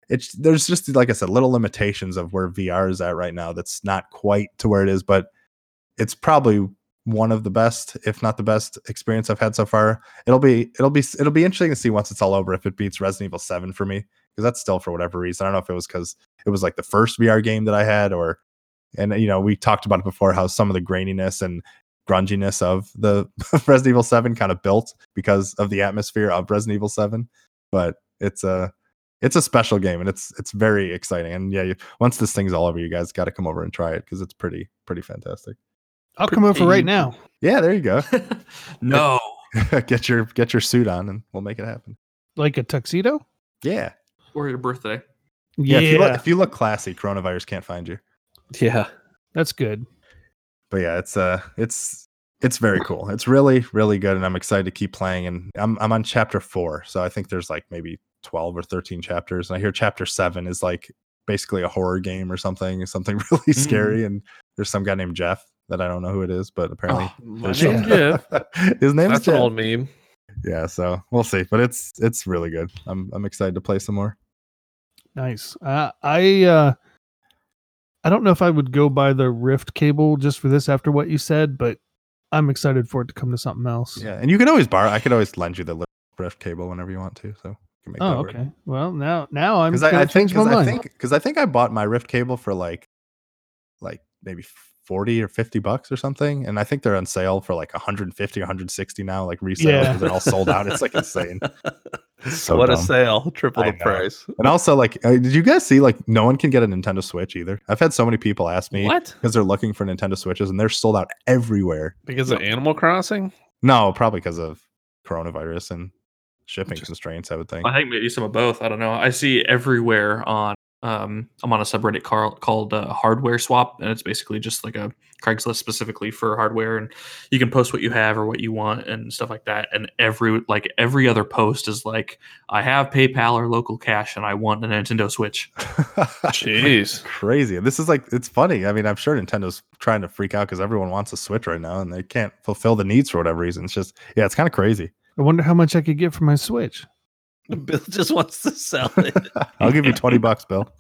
S1: it's there's just like I said, little limitations of where VR is at right now. That's not quite to where it is, but it's probably one of the best, if not the best, experience I've had so far. It'll be it'll be it'll be interesting to see once it's all over if it beats Resident Evil Seven for me because that's still for whatever reason. I don't know if it was because it was like the first VR game that I had, or and you know we talked about it before how some of the graininess and grunginess of the Resident Evil Seven kind of built because of the atmosphere of Resident Evil Seven, but it's uh, a it's a special game and it's it's very exciting and yeah you, once this thing's all over you guys got to come over and try it because it's pretty pretty fantastic
S3: I'll come over
S2: pretty-
S3: right now.
S1: yeah there you go
S2: no.
S1: get your get your suit on and we'll make it happen
S3: Like a tuxedo?
S1: yeah
S2: Or your birthday.
S1: yeah, If, you look, if you look classy coronavirus can't find you
S4: Yeah,
S3: that's good.
S1: but yeah it's uh it's it's very cool it's really really good and i'm excited to keep playing and i'm i'm on chapter 4 so i think there's like maybe 12 or 13 chapters and i hear chapter 7 is like basically a horror game or something something really scary and there's some guy named Jeff that I don't know who it is but apparently
S2: Oh, my
S1: His
S4: There's
S2: God.
S4: name some- Jeff.
S1: His name is
S4: that's an
S1: Jeff.
S4: old meme.
S1: Yeah, so we'll see, but it's it's really good. I'm I'm excited to play some more.
S3: Nice. Uh, I uh, I don't know if I would go by the Rift cable just for this after what you said, but I'm excited for it to come to something else.
S1: Yeah, and you can always borrow. I could always lend you the li- Rift cable whenever you want to. So you can make
S3: Oh,
S1: that
S3: okay. Well, now now I'm
S1: Because
S3: gonna
S1: I, I
S3: change
S1: think
S3: my
S1: because I
S3: mind.
S1: think because I think I bought my Rift cable for like like maybe forty or fifty bucks or something, and I think they're on sale for like 150 or 160 now, like resale.
S3: Yeah.
S1: 'cause They're all sold out. It's like insane. So
S4: what a
S1: dumb.
S4: sale! Triple
S1: I
S4: the
S1: know.
S4: price.
S1: And also, like, uh, did you guys see like no one can get a Nintendo Switch either? I've had so many people ask me
S4: What?
S1: because they're looking for Nintendo Switches and they're sold out everywhere.
S4: Because of Animal Crossing?
S1: No, probably because of coronavirus and shipping
S2: Just-
S1: constraints, I would think.
S2: I think maybe some of both. I don't know. I see everywhere on um, I'm on a subreddit car- called uh, Hardware Swap, and it's basically just like a Craigslist specifically for hardware, and you can post what you have or what you want and stuff like that. And every like every other post is like, I have PayPal or local cash, and I want a Nintendo Switch.
S4: Jeez.
S1: Crazy. This is like it's funny. I mean, I'm sure Nintendo's trying to freak out because everyone wants a Switch right now, and they can't fulfill the needs for whatever reason. It's just yeah, it's kind of crazy.
S3: I wonder how much I could get for my Switch.
S4: Bill just wants to sell it.
S1: I'll give you twenty bucks, Bill.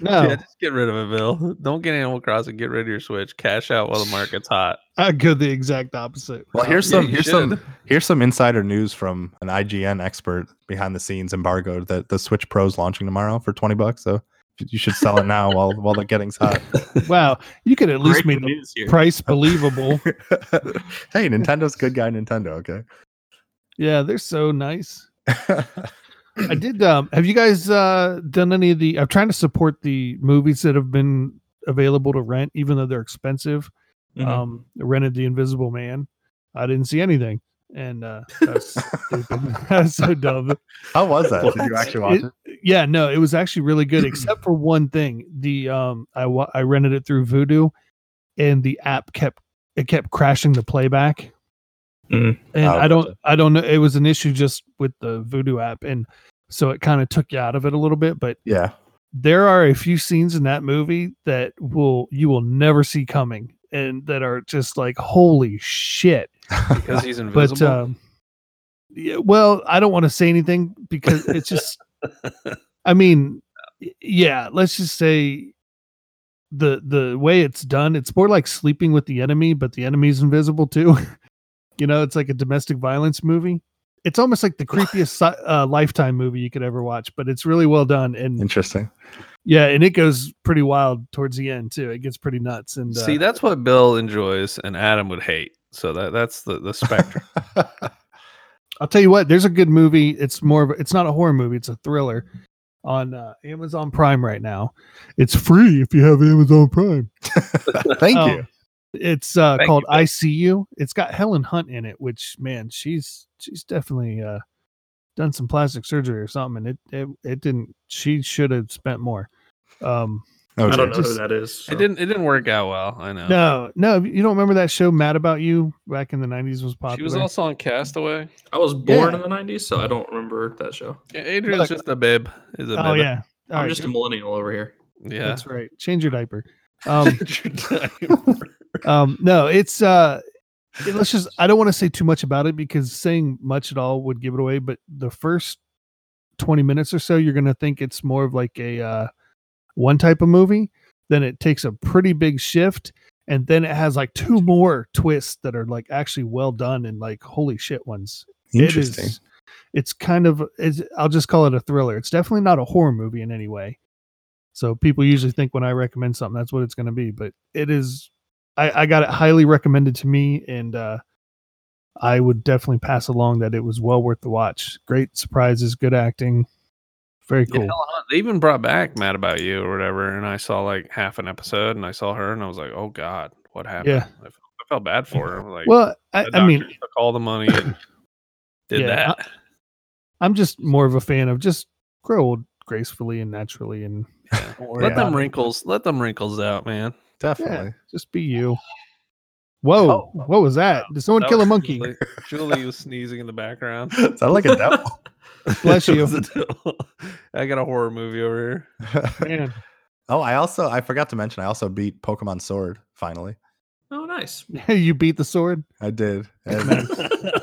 S3: No,
S4: Yeah, just get rid of it, Bill. Don't get Animal Crossing. Get rid of your Switch. Cash out while the market's hot.
S3: I go the exact opposite.
S1: Well,
S3: route.
S1: here's
S4: Oh, Yeah,
S1: some here's
S4: you should.
S1: some here's some insider news from an IGN expert behind the scenes embargo that the Switch Pro's launching tomorrow for twenty bucks. So you should sell it now while while the getting's hot.
S3: wow. You could at least make
S2: Breaking
S3: the
S2: news here.
S3: price believable.
S1: hey, Nintendo's good guy, Nintendo.
S3: yeah, they're so nice.
S1: Okay.
S3: I did. Um, have you guys uh, done any of the? I'm trying to support the movies that have been available to rent, even though they're expensive.
S4: Mm-hmm.
S1: Mm-hmm.
S2: Mhm.
S3: Um, I rented The Invisible Man. I didn't see anything, and uh, that was stupid. That was so dumb.
S1: How was that? Did
S2: What?
S1: you actually watch it?
S3: yeah no it was actually really good except for one thing the um i wa- i rented it through voodoo and the app kept it kept crashing the playback
S2: Mm.
S3: and
S1: Oh,
S3: i don't
S1: gotcha.
S3: i don't know it was an issue just with the voodoo app and so it kind of took you out of it a little bit but
S1: Yeah.
S3: there are a few scenes in that movie that will you will never see coming and that are just like holy shit
S4: Because he's invisible.
S3: but
S1: uh,
S3: um yeah, well i don't want to say anything because it's just i mean y- yeah let's just say the the way it's done it's more like sleeping with the enemy but the enemy's invisible too you know it's like a domestic violence movie it's almost like the creepiest si- uh, lifetime movie you could ever watch but it's really well done and
S1: Interesting.
S3: yeah and it goes pretty wild towards the end too it gets pretty nuts and uh,
S4: See, that's what Bill enjoys and Adam would hate. So that that's the, the spectrum.
S3: I'll tell you what, there's a good movie. It's more of a- it's not a horror movie, it's a thriller on uh, Amazon Prime right now. It's free if you have Amazon Prime.
S1: Thank
S3: Oh,
S1: you.
S3: It's uh,
S4: Thank
S3: called
S4: you, Bill.
S3: ICU. It's got Helen Hunt in it, which man, she's she's definitely uh, done some plastic surgery or something and it it, it didn't she should have spent more. Um
S1: Oh,
S2: I don't
S1: geez.
S2: know
S3: just-
S2: who that is. so-
S4: It didn't it didn't work out well. I know.
S3: no, no, you don't remember that show Mad About You back in the 90s was popular.
S4: She was also on Castaway.
S2: I was born
S3: Yeah.
S2: in the '90s, so I don't remember that show.
S4: Yeah, Adrian's
S3: Look.
S4: just a bib. Is a
S3: Oh
S4: bib.
S3: yeah. All
S2: I'm
S3: right,
S2: just a millennial over here.
S4: Yeah.
S3: that's right. Change your diaper. Um
S4: Adrian-
S3: um no it's uh it- let's just i don't want to say too much about it because saying much at all would give it away but the first 20 minutes or so you're gonna think it's more of like a uh one type of movie then it takes a pretty big shift and then it has like two more twists that are like actually well done and like holy shit ones
S1: Interesting.
S3: it is, it's kind of it's, I'll just call it a thriller. It's definitely not a horror movie in any way. So people usually think when I recommend something, that's what it's going to be. But it is, I, I got it highly recommended to me, and uh, I would definitely pass along that it was well worth the watch. Great surprises, good acting, very
S4: Yeah, Oh,
S3: cool.
S4: Helen Hunt, they even brought back Mad About You or whatever, and I saw like half an episode, and I saw her, and I was like, "Oh God, what happened?"
S3: Yeah.
S4: I, felt, I felt bad for her. I'm like,
S3: well, I,
S4: the
S3: I mean,
S4: doctor took all the money and did
S3: Yeah,
S4: that.
S3: I'm just more of a fan of just grow old gracefully and naturally, and
S4: Yeah.
S3: don't worry
S4: Let
S3: about
S4: them
S3: it.
S4: wrinkles, let them wrinkles out, man.
S1: Definitely.
S3: Just be you. Whoa,
S4: Oh.
S3: what was that? Did someone
S4: That
S3: kill a
S4: was
S3: monkey?
S4: Julie. Julie was sneezing in the background.
S1: Sound like a devil.
S3: Bless you.
S4: I got a horror movie over here.
S3: Man,
S1: oh, I also I forgot to mention I also beat Pokemon Sword finally.
S2: Oh, nice.
S3: you beat the sword.
S1: I did. And-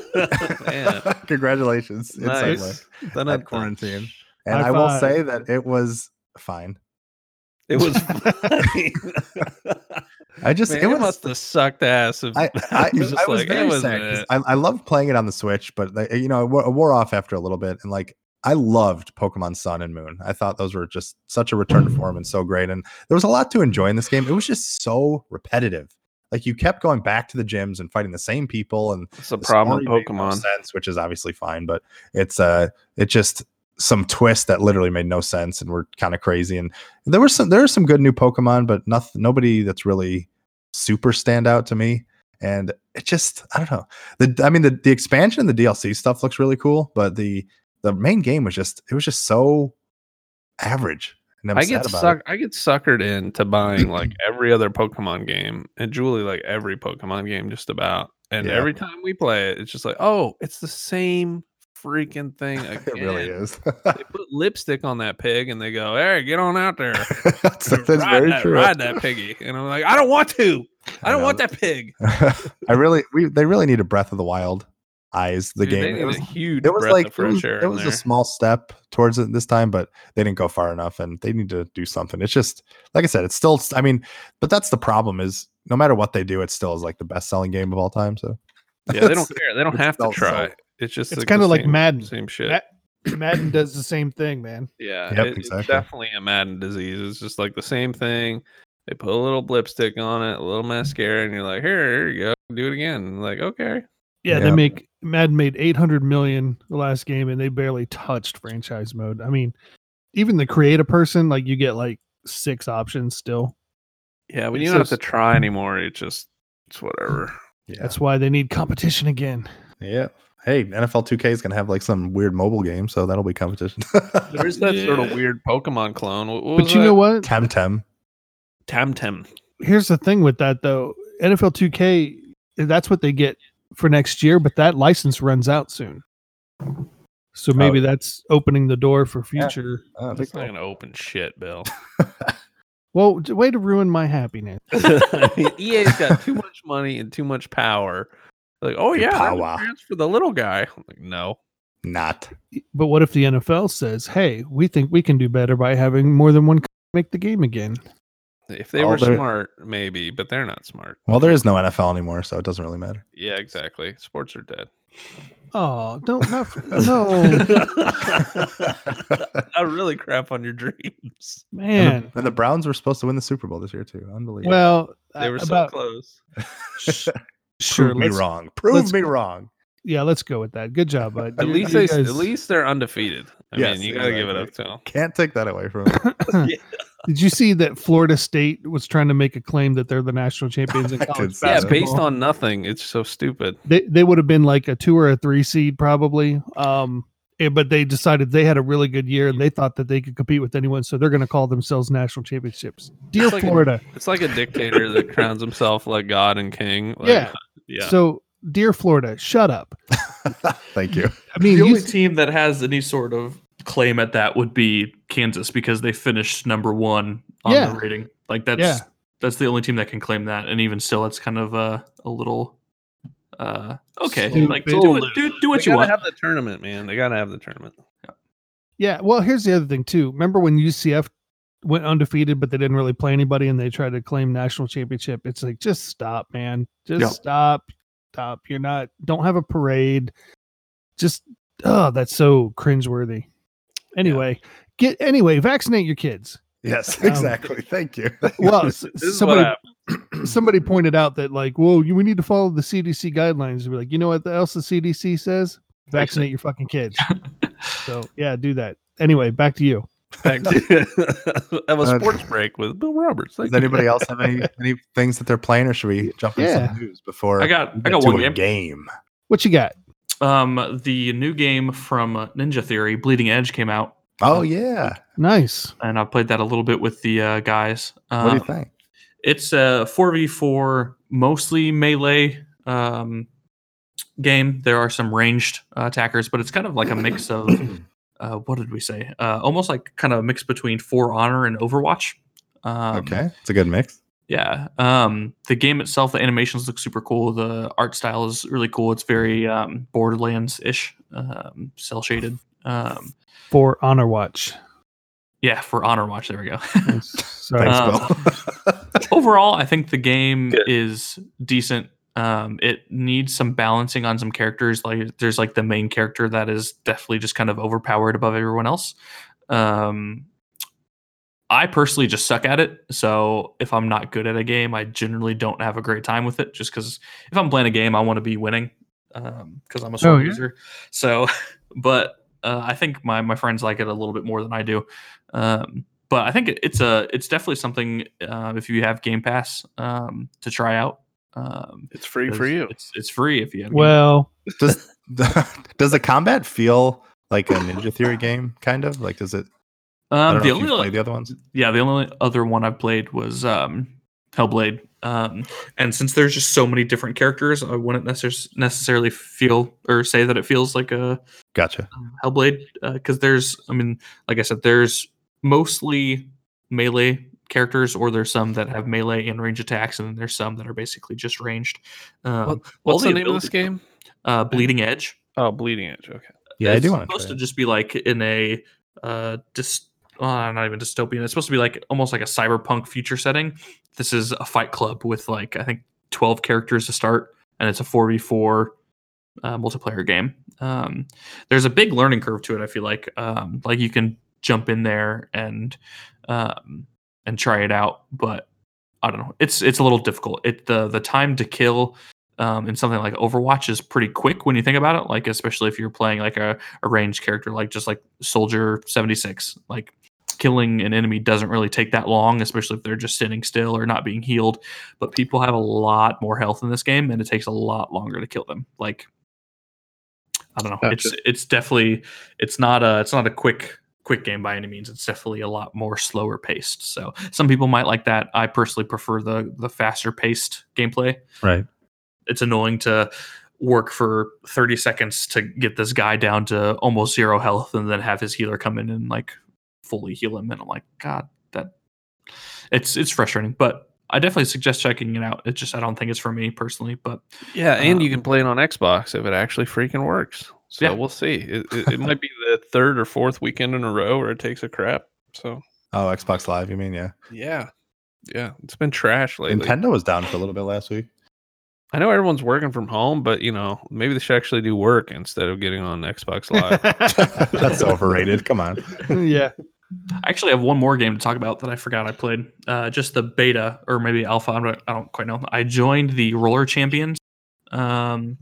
S4: Man,
S1: Congratulations. in some way.
S4: nice. Done
S1: At
S4: it.
S1: quarantine. And
S3: High
S1: I will
S3: five.
S1: say that it was fine.
S4: It was. fine.
S1: I just
S4: Man,
S1: it
S4: it,
S1: was
S4: must have sucked ass. If,
S1: I, I,
S4: was
S1: I was very
S4: "That
S1: sad.
S4: wasn't
S1: 'cause
S4: it."
S1: I, I love playing it on the Switch, but like, you know, it wore, it wore off after a little bit. And like, I loved Pokemon Sun and Moon. I thought those were just such a return to
S4: Mm.
S1: form and so great. And there was a lot to enjoy in this game. It was just so repetitive. Like you kept going back to the gyms and fighting the same people, and
S4: It's a
S1: the
S4: problem with
S1: story made no
S4: Pokemon.
S1: sense, which is obviously fine, but it's uh, it just some twist that literally made no sense and were kind of crazy. And there were some there are some good new Pokemon, but nothing nobody that's really super stand out to me. And it just I don't know. The I mean the the expansion and the DLC stuff looks really cool, but the the main game was just it was just so average. And I'm
S4: I
S1: sad
S4: get
S1: about it.
S4: suck I get suckered into buying like every other Pokemon game and Julie like every Pokemon game just about. And
S1: Yeah.
S4: every time we play it, it's just like, oh, it's the same freaking thing again.
S1: It really is.
S4: They put lipstick on that pig and they go, Hey, get on out there.
S1: that's that's
S4: ride
S1: very
S4: that,
S1: true.
S4: Ride that piggy. And I'm like, I don't want to. I don't
S1: know.
S4: want that pig.
S1: I really, we they really need a Breath of the Wild eyes the
S4: Dude, they
S1: game.
S4: need
S1: It was,
S4: a huge
S1: it was
S4: breath
S1: like
S4: of
S1: it was,
S4: fresh air
S1: it
S4: in
S1: was
S4: there.
S1: a small step towards it this time, but they didn't go far enough, and they need to do something. It's just like I said, it's still. I mean, but that's the problem is no matter what they do, it still is like the best selling game of all time. So
S4: yeah, they don't care. They don't have to
S1: felt so-
S4: try. It's just
S3: It's
S4: the
S3: kinda like
S4: same-
S3: Madden.
S4: Same shit.
S3: That- Madden does the same thing, man.
S4: Yeah,
S1: Yep,
S4: it- it's
S1: exactly.
S4: definitely a Madden disease. It's just like the same thing. They put a little lipstick on it, a little mascara, and you're like, here, here you go, do it again. And like, okay,
S3: Yeah, they
S1: Yeah.
S3: make Madden made 800 million the last game, and they barely touched franchise mode. I mean, even the create a person, like you get like six options still.
S4: yeah, when
S3: It's
S4: you don't have to
S3: just-
S4: try anymore, it's just it's whatever.
S1: yeah,
S3: That's why they need competition again.
S1: yeah. Hey, NFL 2K is gonna have like some weird mobile game, so that'll be competition.
S4: There is that sort of
S2: Yeah.
S4: weird Pokemon clone. What, what
S3: But you know what?
S1: Temtem.
S4: Tamtem.
S3: Here's the thing with that though. NFL 2K, that's what they get for next year, but that license runs out soon. So maybe that's opening the door for
S1: Oh. Yeah.
S3: future.
S1: Oh,
S4: It's not gonna open shit, Bill.
S3: Well, d- way to ruin my happiness.
S4: I mean, EA's E got too much money and too much power. Like, oh
S1: Your
S4: yeah, I'm
S1: power.
S4: for the little guy. I'm like, no,
S1: Not.
S3: But what if the NFL says, "Hey, we think we can do better by having more than one co- make the game again"?
S4: if they
S1: All
S4: were
S1: they're-
S4: smart, maybe, but they're not smart.
S1: Well, there is no NFL anymore, so it doesn't really matter.
S4: Yeah, exactly. Sports are dead.
S3: Oh, don't not, f- no,
S4: I really crap on your dreams.
S1: And
S3: man.
S1: the, and the Browns were supposed to win the Super Bowl this year too. Unbelievable.
S3: Well,
S4: They were
S3: uh, about
S4: so close.
S3: sh- sure.
S1: prove me
S3: Let's,
S1: wrong. Prove
S3: let's-
S1: me wrong.
S3: yeah, let's go with that. Good job, bud.
S4: At
S3: You-
S4: least
S3: you
S4: they,
S3: guys-
S4: at least they're undefeated. I
S1: Yes,
S4: mean, you gotta give it up to
S1: exactly.
S4: them.
S1: Can't take that away from. 'em.
S3: Did you see that Florida State was trying to make a claim that they're the national champions in
S1: I did
S3: college
S1: see that.
S4: Yeah,
S1: Basketball.
S4: based on nothing, it's so stupid.
S3: they they would have been like a two or a three seed probably. Um, eh, but they decided they had a really good year and they thought that they could compete with anyone, so they're going to call themselves national championships. Dear
S4: It's like a-
S3: Florida,
S4: It's like a dictator that crowns himself like god and king. Like,
S3: Yeah.
S4: yeah.
S3: so dear Florida, shut up.
S1: Thank you.
S3: I mean,
S2: the
S3: you
S2: only
S3: s-
S2: team that has any sort of claim at that would be Kansas because they finished number one on
S3: Yeah.
S2: the rating. Like that's
S3: Yeah.
S2: that's the only team that can claim that, and even still, it's kind of uh, a little uh, okay. Like
S3: Stupid.
S2: do, it- do, do what
S4: they
S2: you
S4: gotta
S2: want.
S4: have the tournament, man. They gotta have the tournament.
S3: yeah. Well, here's the other thing too. Remember when UCF went undefeated, but they didn't really play anybody, and they tried to claim national championship? It's like just stop, man. Just
S1: Yeah.
S3: stop, stop. You're not. Don't have a parade. Just oh, that's so cringeworthy. Anyway, get anyway. Vaccinate your kids.
S1: Yes,
S3: Um,
S1: exactly. Thank you.
S3: Well, s-
S4: This is what
S3: somebody
S4: happened.
S3: somebody pointed out that like, whoa, you, we need to follow the CDC guidelines. We're like, you know what else the CDC says? Vaccinate your fucking kids. so yeah, do that. Anyway, back to you.
S4: Thank you. have a
S1: Uh,
S4: sports break with Bill Roberts. Thank
S1: Does
S4: you.
S1: anybody else have any any things that they're playing, or should we jump into
S3: Yeah.
S1: some news before
S2: I got
S1: we
S2: I
S1: get
S2: got
S1: to
S2: one
S1: a
S2: game.
S1: game?
S3: What you got?
S2: Um, the new game from uh, Ninja Theory, Bleeding Edge, came out,
S1: Oh yeah.
S3: Nice.
S2: and I played that a little bit with the uh, guys.
S1: What do
S2: Uh,
S1: you think?
S2: it's a 4v4 mostly melee um, game there are some ranged uh, attackers but it's kind of like a mix of uh, what did we say uh, almost like kind of a mix between for honor and overwatch um,
S1: okay, it's a good mix.
S2: yeah um, the game itself the animations look super cool the art style is really cool it's very um, borderlands-ish um, cell shaded um,
S3: For Honor Watch.
S2: yeah for honor watch there we go
S3: Nice. Sorry.
S1: Thanks,
S2: Um,
S1: Bill.
S2: overall, I think the game
S4: Good.
S2: is decent. Um, it needs some balancing on some characters. Like there's like the main character that is definitely just kind of overpowered above everyone else. Um, I personally just suck at it. So if I'm not good at a game, I generally don't have a great time with it. Just because if I'm playing a game, I want to be winning because I'm a sword
S3: yeah.
S2: user. So, but uh, I think my my friends like it a little bit more than I do. Um, but I think it- it's a it's definitely something uh, if you have Game Pass um, to try out. Um,
S4: It's free
S2: 'cause It's, it's free if you have. Game
S3: well,
S1: does does the combat feel like a Ninja Theory game? Kind of like does it?
S2: Pass.
S1: I
S2: Um,
S1: don't know
S2: the
S1: if
S2: only
S1: you've played the other ones.
S2: yeah, the only other one I've played was um, Hellblade. Um, and since there's just so many different characters, I wouldn't necess- necessarily feel or say that it feels like a
S1: Gotcha.
S2: Hellblade because there's, I mean, like I said, there's mostly melee characters, or there's some that have melee and range attacks, and then there's some that are basically just ranged. Um, all
S4: What's the, name of
S2: ability-
S4: this game?
S2: Uh, Bleeding Edge.
S4: Oh, Bleeding Edge. Okay.
S1: Yeah, I
S2: it's
S1: do want
S2: supposed to
S1: to.
S2: just be like in a uh, dis- uh, not even dystopian. It's supposed to be like almost like a cyberpunk future setting. This is a fight club with like I think twelve characters to start, and it's a four v four uh, multiplayer game. Um, there's a big learning curve to it. I feel like um, like you can jump in there and um, and try it out, but I don't know. It's it's a little difficult. It the the time to kill um, in something like Overwatch is pretty quick when you think about it. Like especially if you're playing like a, a ranged character, like just like Soldier seventy six. Like killing an enemy doesn't really take that long, especially if they're just standing still or not being healed. But people have a lot more health in this game, and it takes a lot longer to kill them. Like I don't know. It's it's definitely it's not a it's not a quick quick game by any means. It's definitely a lot more slower paced. So some people might like that. I personally prefer the the faster paced gameplay
S1: Right.
S2: it's annoying to work for 30 seconds to get this guy down to almost zero health and then have his healer come in and like fully heal him and I'm like god that it's it's frustrating but I definitely suggest checking it out it's just I don't think it's for me personally but
S4: Yeah, and you can
S2: Um,
S4: play it on Xbox if it actually freaking works. So
S2: Yeah.
S4: we'll see. It, it, it might be the third or fourth weekend in a row where it takes a crap. So
S1: Oh, Xbox Live. You mean yeah?
S4: yeah, yeah, it's been trash lately.
S1: Nintendo was down for a little bit last week.
S4: I know everyone's working from home, but you know maybe they should actually do work instead of getting on Xbox Live.
S1: That's overrated. Come on.
S3: yeah.
S2: I actually have one more game to talk about that I forgot I played uh just the beta or maybe alpha I'm not, I don't quite know I joined the Roller Champions um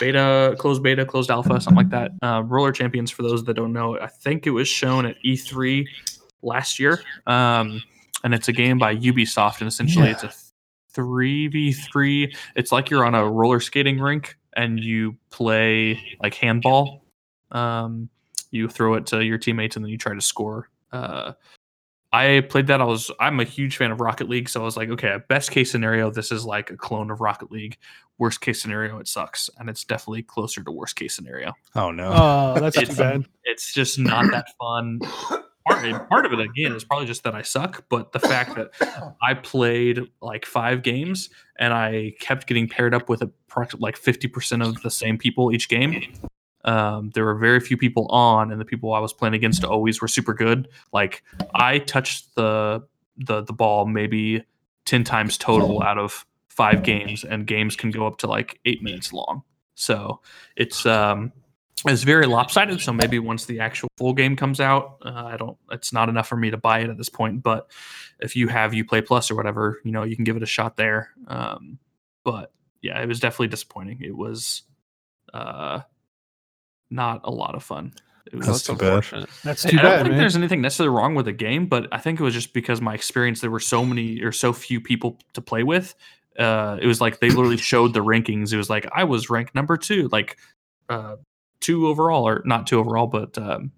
S2: beta closed beta closed alpha something like that uh, roller champions for those that don't know i think it was shown at e3 last year um, and it's a game by ubisoft and essentially it's a 3v3 it's like you're on a roller skating rink and you play like handball um, you throw it to your teammates and then you try to score uh, I played that. I was I'm a huge fan of Rocket League, so I was like, okay, best case scenario, this is like a clone of Rocket League. Worst case scenario, it sucks, and it's definitely closer to worst case scenario.
S1: Oh no.
S3: Oh, that's too
S2: It's-
S3: bad.
S2: It's just not that fun. Part, and part of it again is probably just that I suck, but the fact that I played like five games and I kept getting paired up with approximately like fifty percent of the same people each game. Um, there were very few people on, and the people I was playing against always were super good. Like I touched the the the ball maybe ten times total out of five games, and games can go up to like eight minutes long. So it's um it's very lopsided. So maybe once the actual full game comes out, uh, I don't. It's not enough for me to buy it at this point. But if you have UPlay Plus or whatever, you know you can give it a shot there. Um, but yeah, it was definitely disappointing. It was uh, not a lot of fun. It was
S1: That's too bad.
S4: unfortunate.
S3: That's
S2: I-
S3: too
S2: I don't
S3: bad,
S2: think
S3: man.
S2: there's anything necessarily wrong with the game, but I think it was just because my experience there were so many or so few people to play with. Uh, it was like they literally showed the rankings. It was like I was ranked number two, like uh, two overall, or not two overall, but um,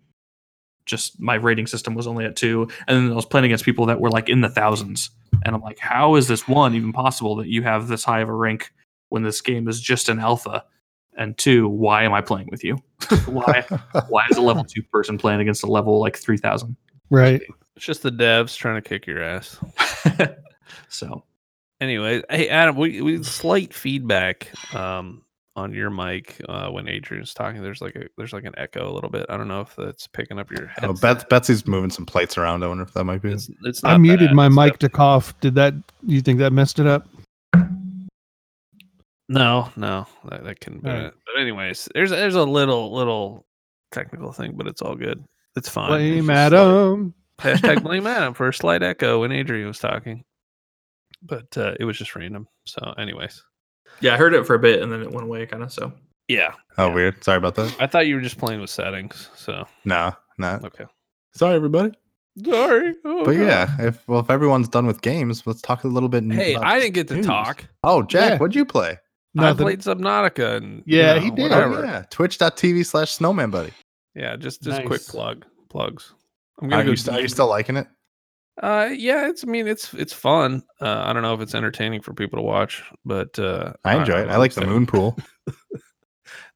S2: just my rating system was only at two, and then I was playing against people that were like in the thousands, and I'm like, how is this one even possible that you have this high of a rank when this game is just an alpha? And two, why am I playing with you?
S4: Oh,
S2: why why is a level two person playing against a level like 3000
S3: Right.
S4: It's just the devs trying to kick your ass.
S2: so
S4: Anyway, hey Adam, we we slight feedback um on your mic uh when Adrian's talking. There's like a there's like an echo a little bit. I don't know if that's picking up your head.
S1: Oh, Beth, Betsy's moving some plates around. I wonder if that might be.
S4: It's, it's
S3: I
S4: not
S3: muted
S4: bad,
S3: my
S4: it's
S3: mic
S4: def-
S3: to cough. Did that? You think that messed it up?
S4: No, no, that, that couldn't be
S3: All right.
S4: it. But anyways, there's there's a little little technical thing, but it's all good. It's fine. It's
S3: Blame
S4: just
S3: Adam.
S4: slight- hashtag blame Adam for a slight echo when Adrian was talking. But uh, it was just random. So, anyways,
S2: yeah i heard it for a bit and then it went away kind of so
S4: yeah,
S1: Oh,
S4: Yeah.
S1: weird. Sorry about that.
S4: I thought you were just playing with settings. So,
S1: No, no.
S4: okay,
S1: Sorry, everybody.
S4: sorry. Oh,
S1: But
S4: God.
S1: yeah, if well, if everyone's done with games, let's talk a little bit. n-
S4: Hey,
S1: about-
S4: I didn't get to
S1: news.
S4: talk.
S1: Oh, Jack,
S3: Yeah.
S1: what'd you play?
S4: I
S3: Nothing.
S4: played Subnautica and
S3: Yeah,
S4: you
S3: he
S4: know,
S3: did.
S1: Oh,
S4: Whatever.
S1: yeah, twitch.tv slash snowman buddy.
S4: Yeah, just just quick
S3: Nice.
S4: plug plugs. I'm
S1: Are
S4: gonna go.
S1: you, st- are you still liking it?
S4: uh, yeah, it's. I mean, it's it's fun. Uh, I don't know if it's entertaining for people to watch, but uh,
S1: I enjoy it. I like the
S4: moon.
S1: moon pool.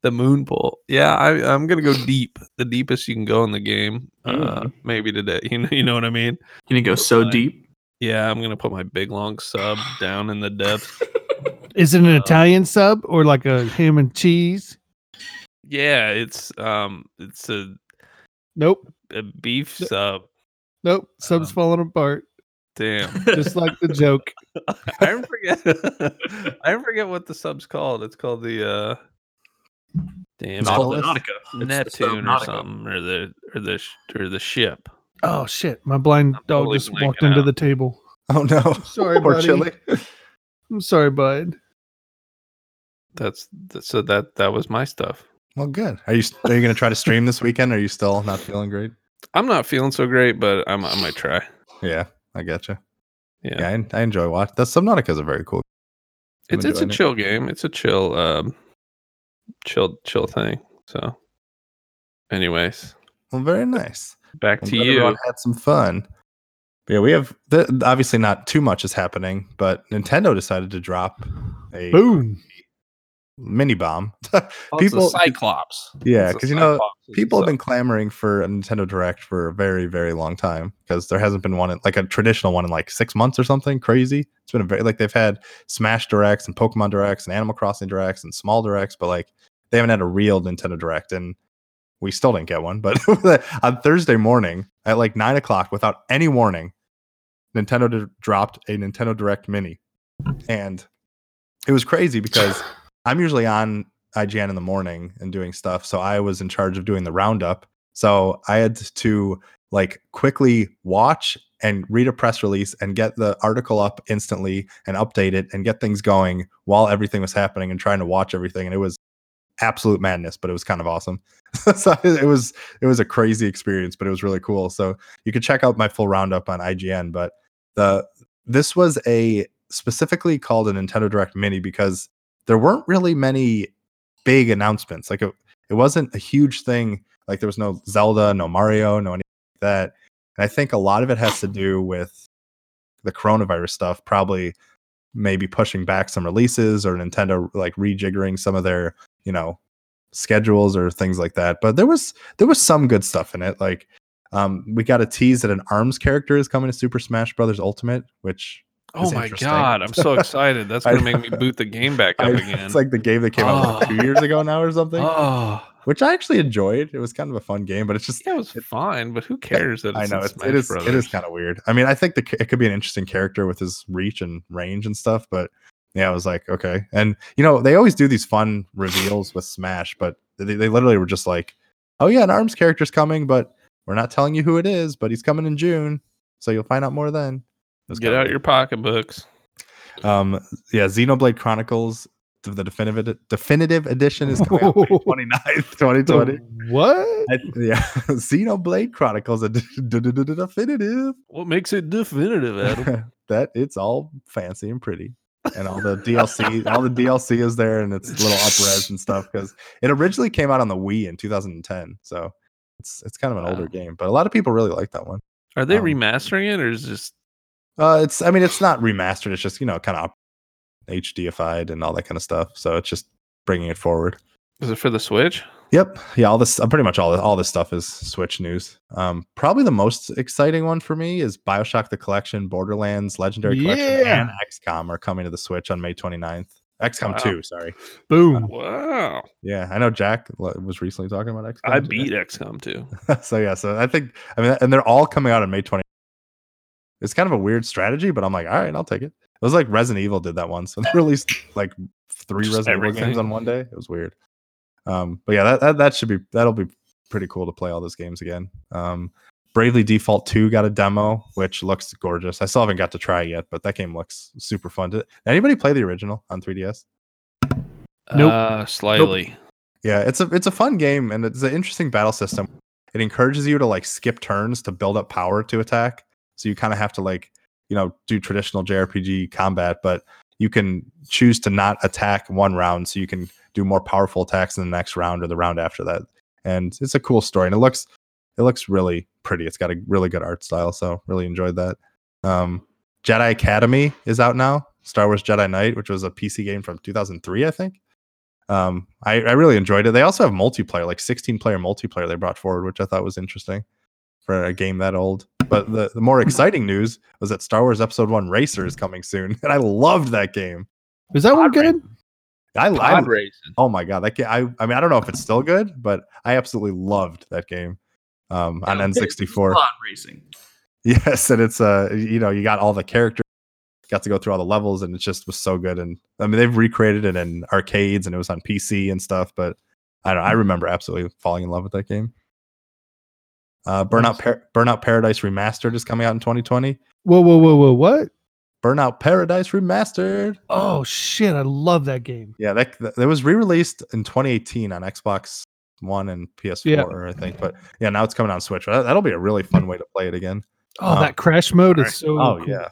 S4: the moon pool. Yeah, I, I'm gonna go deep, the deepest you can go in the game. Uh,
S1: Mm.
S4: maybe today. You know, you know what I mean.
S2: Can you go so
S4: Like-
S2: deep?
S4: Yeah, I'm gonna put my big long sub down in the depths.
S3: Is it an
S4: Uh,
S3: Italian sub or like a ham and cheese?
S4: Yeah, it's um, it's a,
S3: Nope,
S4: a beef
S3: Th-
S4: sub.
S3: nope. Sub's
S4: Um,
S3: falling apart,
S4: Damn,
S3: just like the joke.
S4: I forget. I forget what the sub's called. It's called the uh, damn
S1: It's
S2: it's
S4: it,
S2: called the
S1: Nautilus?
S2: Nautica. It's the
S4: Neptune or
S2: Subnautica.
S4: something, or the or the sh- or the ship.
S3: Oh shit! My blind
S4: I'm
S3: dog
S4: totally
S3: just walked
S4: blanking
S3: into
S4: out.
S3: the table.
S1: Oh no!
S3: Sorry,
S1: Poor
S3: buddy.
S1: Chili.
S3: I'm sorry, bud.
S4: That's th- so that that was my stuff.
S1: Well, good. Are you are you going to try to stream this weekend? Are you still not feeling great?
S4: I'm not feeling so great, but I'm, I might try.
S1: Yeah, I gotcha.
S4: Yeah.
S1: Yeah, I, I enjoy watching. That Subnautica is a very cool. I'm
S4: it's it's a
S1: enjoying it.
S4: chill game. It's a chill um chill chill thing. So anyways,
S1: Well, very nice.
S4: back
S1: I'm
S4: to
S1: glad everyone
S4: you.
S1: had some fun. But yeah, we have th- obviously not too much is happening, but Nintendo decided to drop a
S3: Boom.
S1: mini bomb. people-
S4: Cyclops.
S1: Yeah, 'cause you know, People have been clamoring for a Nintendo Direct for a very, very long time because there hasn't been one in, like a traditional one in like six months or something crazy. It's been a very like they've had Smash Directs and Pokemon Directs and Animal Crossing Directs and small Directs, but like they haven't had a real Nintendo Direct, and we still didn't get one. But on Thursday morning at like nine o'clock, without any warning, Nintendo di- dropped a Nintendo Direct Mini, and it was crazy because I'm usually on IGN in the morning and doing stuff. So I was in charge of doing the roundup. So I had to like quickly watch and read a press release and get the article up instantly and update it and get things going while everything was happening and trying to watch everything. And it was absolute madness, but it was kind of awesome. so it was it was a crazy experience, but it was really cool. So you could check out my full roundup on IGN. But the this was a specifically called a Nintendo Direct Mini because there weren't really many big announcements. Like it, it wasn't a huge thing. Like there was no Zelda, no Mario, no anything like that. And I think a lot of it has to do with the coronavirus stuff, probably maybe pushing back some releases or Nintendo like rejiggering some of their, you know, schedules or things like that. But there was there was some good stuff in it. Like um we got a tease that an arms character is coming to Super Smash Brothers Ultimate, which
S4: Oh
S1: is
S4: my
S1: interesting.
S4: god, I'm so excited. That's
S1: I
S4: gonna make me
S1: know.
S4: boot the game back up
S1: I-
S4: again.
S1: it's like the game that came out like, two years ago now or something.
S4: oh
S1: Which I actually enjoyed. It was kind of a fun game, but it's just
S4: yeah, it was fine, but who cares that it's
S1: I know
S4: in
S1: it's,
S4: Smash
S1: it is it
S4: Brothers?
S1: is kind of weird. I mean, I think the, ca- it could be an interesting character with his reach and range and stuff, but yeah, I was like, okay. And you know, they always do these fun reveals with Smash, but they, they literally were just like, oh yeah, an arms character's coming, but we're not telling you who it is, but he's coming in June, so you'll find out more then. It was
S4: Get
S1: kinda
S4: out
S1: weird.
S4: your pocketbooks.
S1: um, yeah, Xenoblade Chronicles. The the definitive definitive edition is coming out May 29th, 2020.
S3: what?
S1: I, yeah, Xenoblade Chronicles Ed- definitive.
S4: What makes it definitive, Adam?
S1: that it's all fancy and pretty and all the dlc all the dlc is there and it's little upres and stuff because it originally came out on the wii in 2010 so it's it's kind of an older
S4: Wow.
S1: game but a lot of people really like that one
S4: Are they
S1: Um,
S4: remastering it or is just
S1: uh it's i mean it's not remastered it's just you know kind of hdfied and all that kind of stuff so it's just bringing it forward
S4: is it for the Switch?
S1: Yep. Yeah. All this, uh, pretty much all all this stuff is Switch news. Um, probably the most exciting one for me is Bioshock the Collection, Borderlands, Legendary Collection,
S3: Yeah.
S1: and XCOM are coming to the Switch on May 29th. XCOM
S4: Wow.
S1: 2, sorry. Hmm.
S3: Boom.
S4: Wow.
S1: Yeah, I know Jack l- was recently talking about XCOM.
S4: I
S1: today.
S4: beat XCOM too.
S1: so yeah, so I think I mean, and they're all coming out on May 29th. It's kind of a weird strategy, but I'm like, all right, I'll take it. It was like Resident Evil did that once, and they released like three
S4: Just
S1: Resident Evil games
S4: everything.
S1: on one day. It was weird. Um, but yeah, that, that that should be that'll be pretty cool to play all those games again. Um, Bravely Default 2 got a demo, which looks gorgeous. I still haven't got to try it yet, but that game looks super fun. Did anybody play the original on 3DS?
S3: Nope.
S4: Uh, slightly.
S1: Yeah, it's a it's a fun game and it's an interesting battle system. It encourages you to like skip turns to build up power to attack. So you kind of have to like, you know, do traditional JRPG combat, but you can choose to not attack one round so you can do more powerful attacks in the next round or the round after that. And it's a cool story and it looks It looks really pretty. It's got a really good art style, so really enjoyed that. Um, Jedi Academy is out now. Star Wars Jedi Knight, which was a PC game from 2003, I think. Um, I, I really enjoyed it. They also have multiplayer, like 16 player multiplayer they brought forward, which I thought was interesting for a game that old. But the, the more exciting news was that Star Wars Episode One Racer is coming soon, and I loved that game.
S3: Is that one
S4: Pod
S3: good?
S1: I, I
S4: Pod racing.
S1: oh my god, that game, I I mean I don't know if it's still good, but I absolutely loved that game um, on
S2: Yeah, it's
S1: N64.
S2: pod racing.
S1: Yes, and it's uh you know you got all the characters, got to go through all the levels, and it just was so good. And I mean they've recreated it in arcades, and it was on PC and stuff. But I don't, I remember absolutely falling in love with that game. Uh, Burnout Par- Burnout Paradise Remastered is coming out in 2020.
S3: Whoa, whoa, whoa, whoa! What?
S1: Burnout Paradise Remastered.
S3: Oh shit! I love that game.
S1: Yeah, that that that was re-released in 2018 on Xbox One and PS4, I think. But yeah, now it's coming on Switch. That, that'll be a really fun way to play it again.
S3: Oh,
S1: Oh.
S3: that crash mode
S4: Alright.
S3: is so.
S1: Oh
S3: cool.
S1: yeah.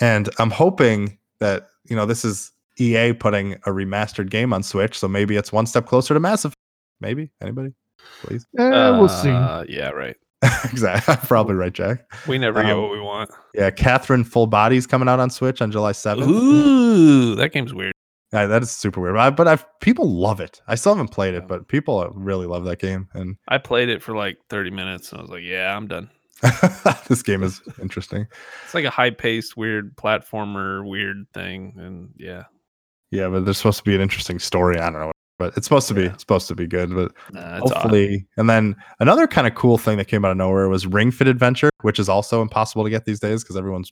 S1: And I'm hoping that you know this is EA putting a remastered game on Switch, so maybe it's one step closer to Massive. Maybe anybody, please.
S3: Eh, we'll see.
S4: Uh, yeah, right.
S1: exactly, probably right, Jack.
S4: We never get
S1: Um,
S4: what we want.
S1: Yeah, Catherine Full Body's coming out on Switch on July 7th.
S4: Ooh, that game's weird.
S1: Yeah, that is super weird, but, I, but I've people love it. I still haven't played it, but people really love that game, and
S4: I played it for like 30 minutes and I was like, yeah, I'm done.
S1: this game is interesting.
S4: It's like a high paced, weird platformer, weird thing. And yeah.
S1: Yeah, but there's supposed to be an interesting story. I don't know, but it's supposed to be
S4: Yeah.
S1: it's supposed to be good. But
S4: Nah, it's odd.
S1: hopefully. And then another kind of cool thing that came out of nowhere was Ring Fit Adventure, which is also impossible to get these days because everyone's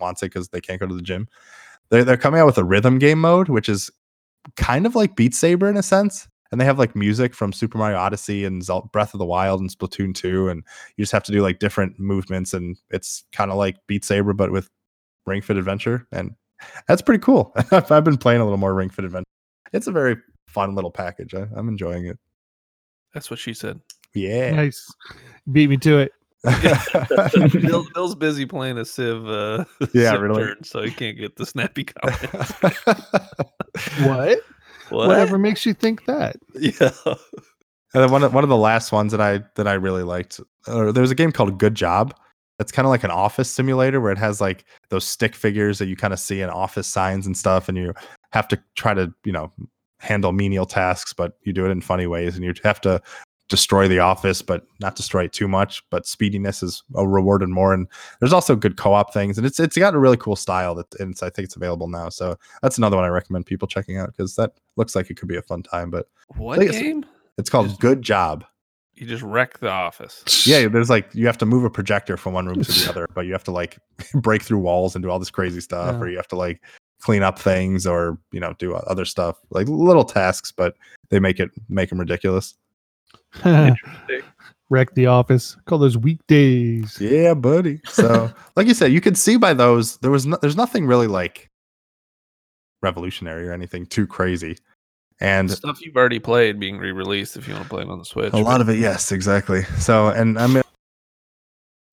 S1: wants it because they can't go to the gym. They're, they're coming out with a rhythm game mode, which is kind of like Beat Saber in a sense. And they have like music from Super Mario Odyssey and Zel- Breath of the Wild and Splatoon 2. And you just have to do like different movements. And it's kind of like Beat Saber, but with Ring Fit Adventure. And that's pretty cool. I've been playing a little more Ring Fit Adventure. It's a very fun little package. I, I'm enjoying it.
S4: That's what she said.
S1: Yeah.
S3: Nice. Beat me to it.
S4: Bill, Bill's busy playing a Civ. Uh,
S1: Yeah,
S4: Civ
S1: really.
S4: turn, so he can't get the snappy comment.
S1: and
S3: What?
S4: What?
S3: Whatever makes you think that.
S4: Yeah.
S1: then one of one of the last ones that I that I really liked, or there was a game called Good Job. That's kind of like an office simulator where it has like those stick figures that you kind of see in office signs and stuff, and you have to try to you know handle menial tasks, but you do it in funny ways, and you have to destroy the office, but not destroy it too much. But speediness is a reward and more. And there's also good co-op things, and it's it's got a really cool style that, and it's, I think it's available now. So that's another one I recommend people checking out because that looks like it could be a fun time. But
S4: What
S1: Like I said-
S4: game?
S1: it's called
S4: Just-
S1: Good Job.
S4: You just wreck the office.
S1: Yeah, there's like you have to move a projector from one room to the other, but you have to like break through walls and do all this crazy stuff,
S3: Yeah.
S1: or you have to like clean up things, or you know do other stuff like little tasks, but they make it make them ridiculous.
S3: Wreck the office. Call those weekdays.
S1: Yeah, buddy. So, like you said, you could see by those there was no, there's nothing really like revolutionary or anything too crazy, and
S4: Stuff you've already played being re released if you want to play it on the Switch.
S1: a lot of it. Yes, exactly. So, and I mean,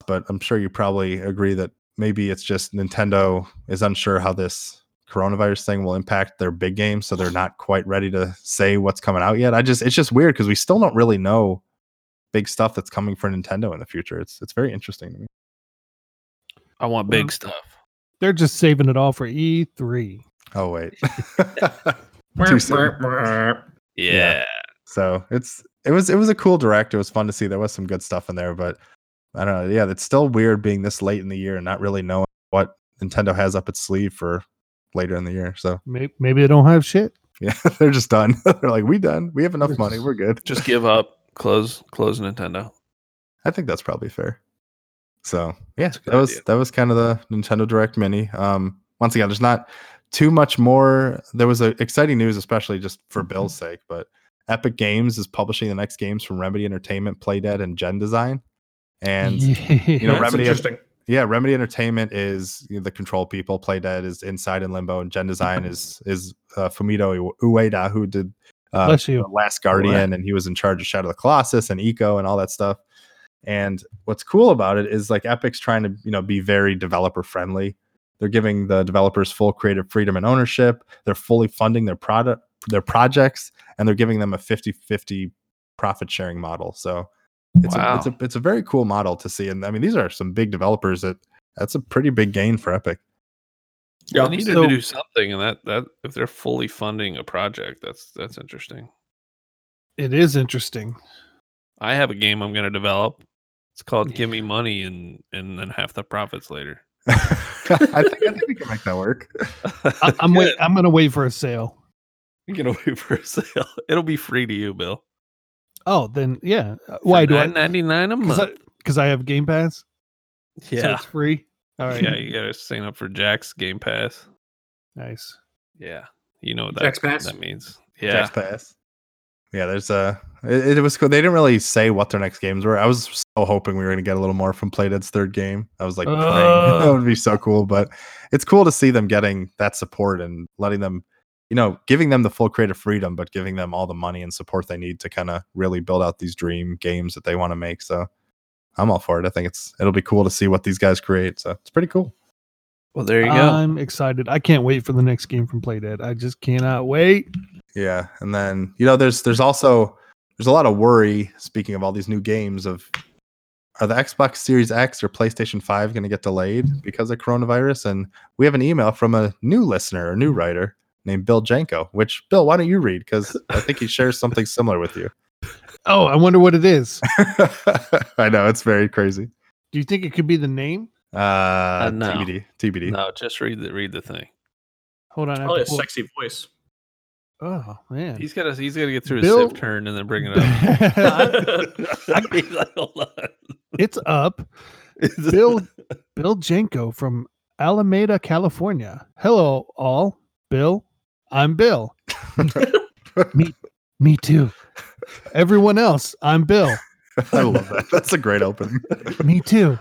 S1: but I'm sure you probably agree that maybe it's just Nintendo is unsure how this coronavirus thing will impact their big game, so they're not quite ready to say what's coming out yet. I just it's just weird because we still don't really know big stuff that's coming for Nintendo in the future. It's it's very interesting to me.
S4: I want big stuff.
S3: They're just saving it all for E E3.
S1: Oh wait. Too soon.
S2: That's
S1: Yeah. so it's it was it was a cool direct. It was fun to see. There was some good stuff in there, but I don't know. Yeah, it's still weird being this late in the year and not really knowing what Nintendo has up its sleeve for later in the year. So
S3: Maybe, maybe they don't have shit.
S1: yeah, they're just done. they're like, we done. We have enough money. We're good.
S4: Just give up. Close close Nintendo.
S1: I think that's probably fair. So yeah,
S4: That's a good
S1: that was
S4: idea.
S1: that was kind of the Nintendo Direct Mini. Um, once again, there's not too much more. There was a exciting news, especially just
S4: Mm-hmm.
S1: for Bill's sake, but Epic Games is publishing the next games from Remedy Entertainment, Playdead, and Gen Design. And you know, Remedy-
S2: interesting.
S1: yeah, Remedy Entertainment is you know, the Control people. Playdead is Inside and Limbo, and Gen Design is is uh, Fumito Iw- Ueda, who did uh,
S3: bless you.
S1: the Last Guardian, and he was in charge of Shadow of the Colossus and Eco and all that stuff. And what's cool about it is like Epic's trying to you know be very developer friendly. They're giving the developers full creative freedom and ownership. They're fully funding their product, their projects, and they're giving them a 50-50 profit sharing model. So it's a, it's
S4: Wow.
S1: a it's a very cool model to see. And I mean, these are some big developers that that's a pretty big gain for Epic.
S2: Yeah.
S4: they needed
S3: so-
S4: to do something, and that that if they're fully funding a project, that's that's interesting.
S3: It is interesting.
S4: I have a game I'm going to develop. It's called "Give Me Money" and and then half the profits later.
S1: I think I think we can make that work.
S3: I, I'm wait.
S4: Good.
S3: I'm gonna wait for a sale.
S4: Get away for a sale. It'll be free to you, Bill.
S3: Oh, then yeah. Uh, Why do I?
S4: Ninety nine a month.
S3: Because I, 'cause I have Game Pass. so
S4: yeah,
S3: it's free. All right.
S4: yeah. You got to sign up for Jack's Game Pass.
S3: Nice.
S4: Yeah, you know what that,
S2: Jack's Pass?
S4: that means.
S1: Jack's
S4: Yeah,
S1: Pass. Yeah, there's a. It, it was cool. They didn't really say what their next games were. I was so hoping we were going to get a little more from Playdead's third game. I was like, praying. that
S3: Ugh.
S1: would be so cool. But it's cool to see them getting that support and letting them, you know, giving them the full creative freedom, but giving them all the money and support they need to kind of really build out these dream games that they want to make. So I'm all for it. I think it's it'll be cool to see what these guys create. So it's pretty cool.
S4: well, there you go.
S3: I'm excited. I can't wait for the next game from Playdead. I just cannot wait.
S1: Yeah, and then you know, there's there's also there's a lot of worry. Speaking of all these new games, of are the Xbox Series X or PlayStation Five going to get delayed because of coronavirus? And we have an email from a new listener, a new
S4: Hmm.
S1: writer named Bill Janko. Which Bill, why don't you read? Because I think he shares something similar with you.
S3: Oh, I wonder what it is.
S1: I know it's very crazy.
S3: Do you think it could be the name?
S1: Uh,
S4: no.
S1: TBD, TBD.
S4: no, just read the read the thing.
S3: Hold on. I have
S2: Probably
S3: to
S2: a
S3: pull-
S2: sexy voice.
S3: Oh man.
S4: He's got to he's got to get through his
S3: Bill-
S4: sieve turn and then bring it up.
S3: it's
S4: He's like, "Hold on."
S3: up. Bill Bill Jenko from Alameda, California. Hello all. Bill, I'm Bill. me me too. Everyone else, I'm Bill.
S1: I love that. That's a great opening.
S3: Me too.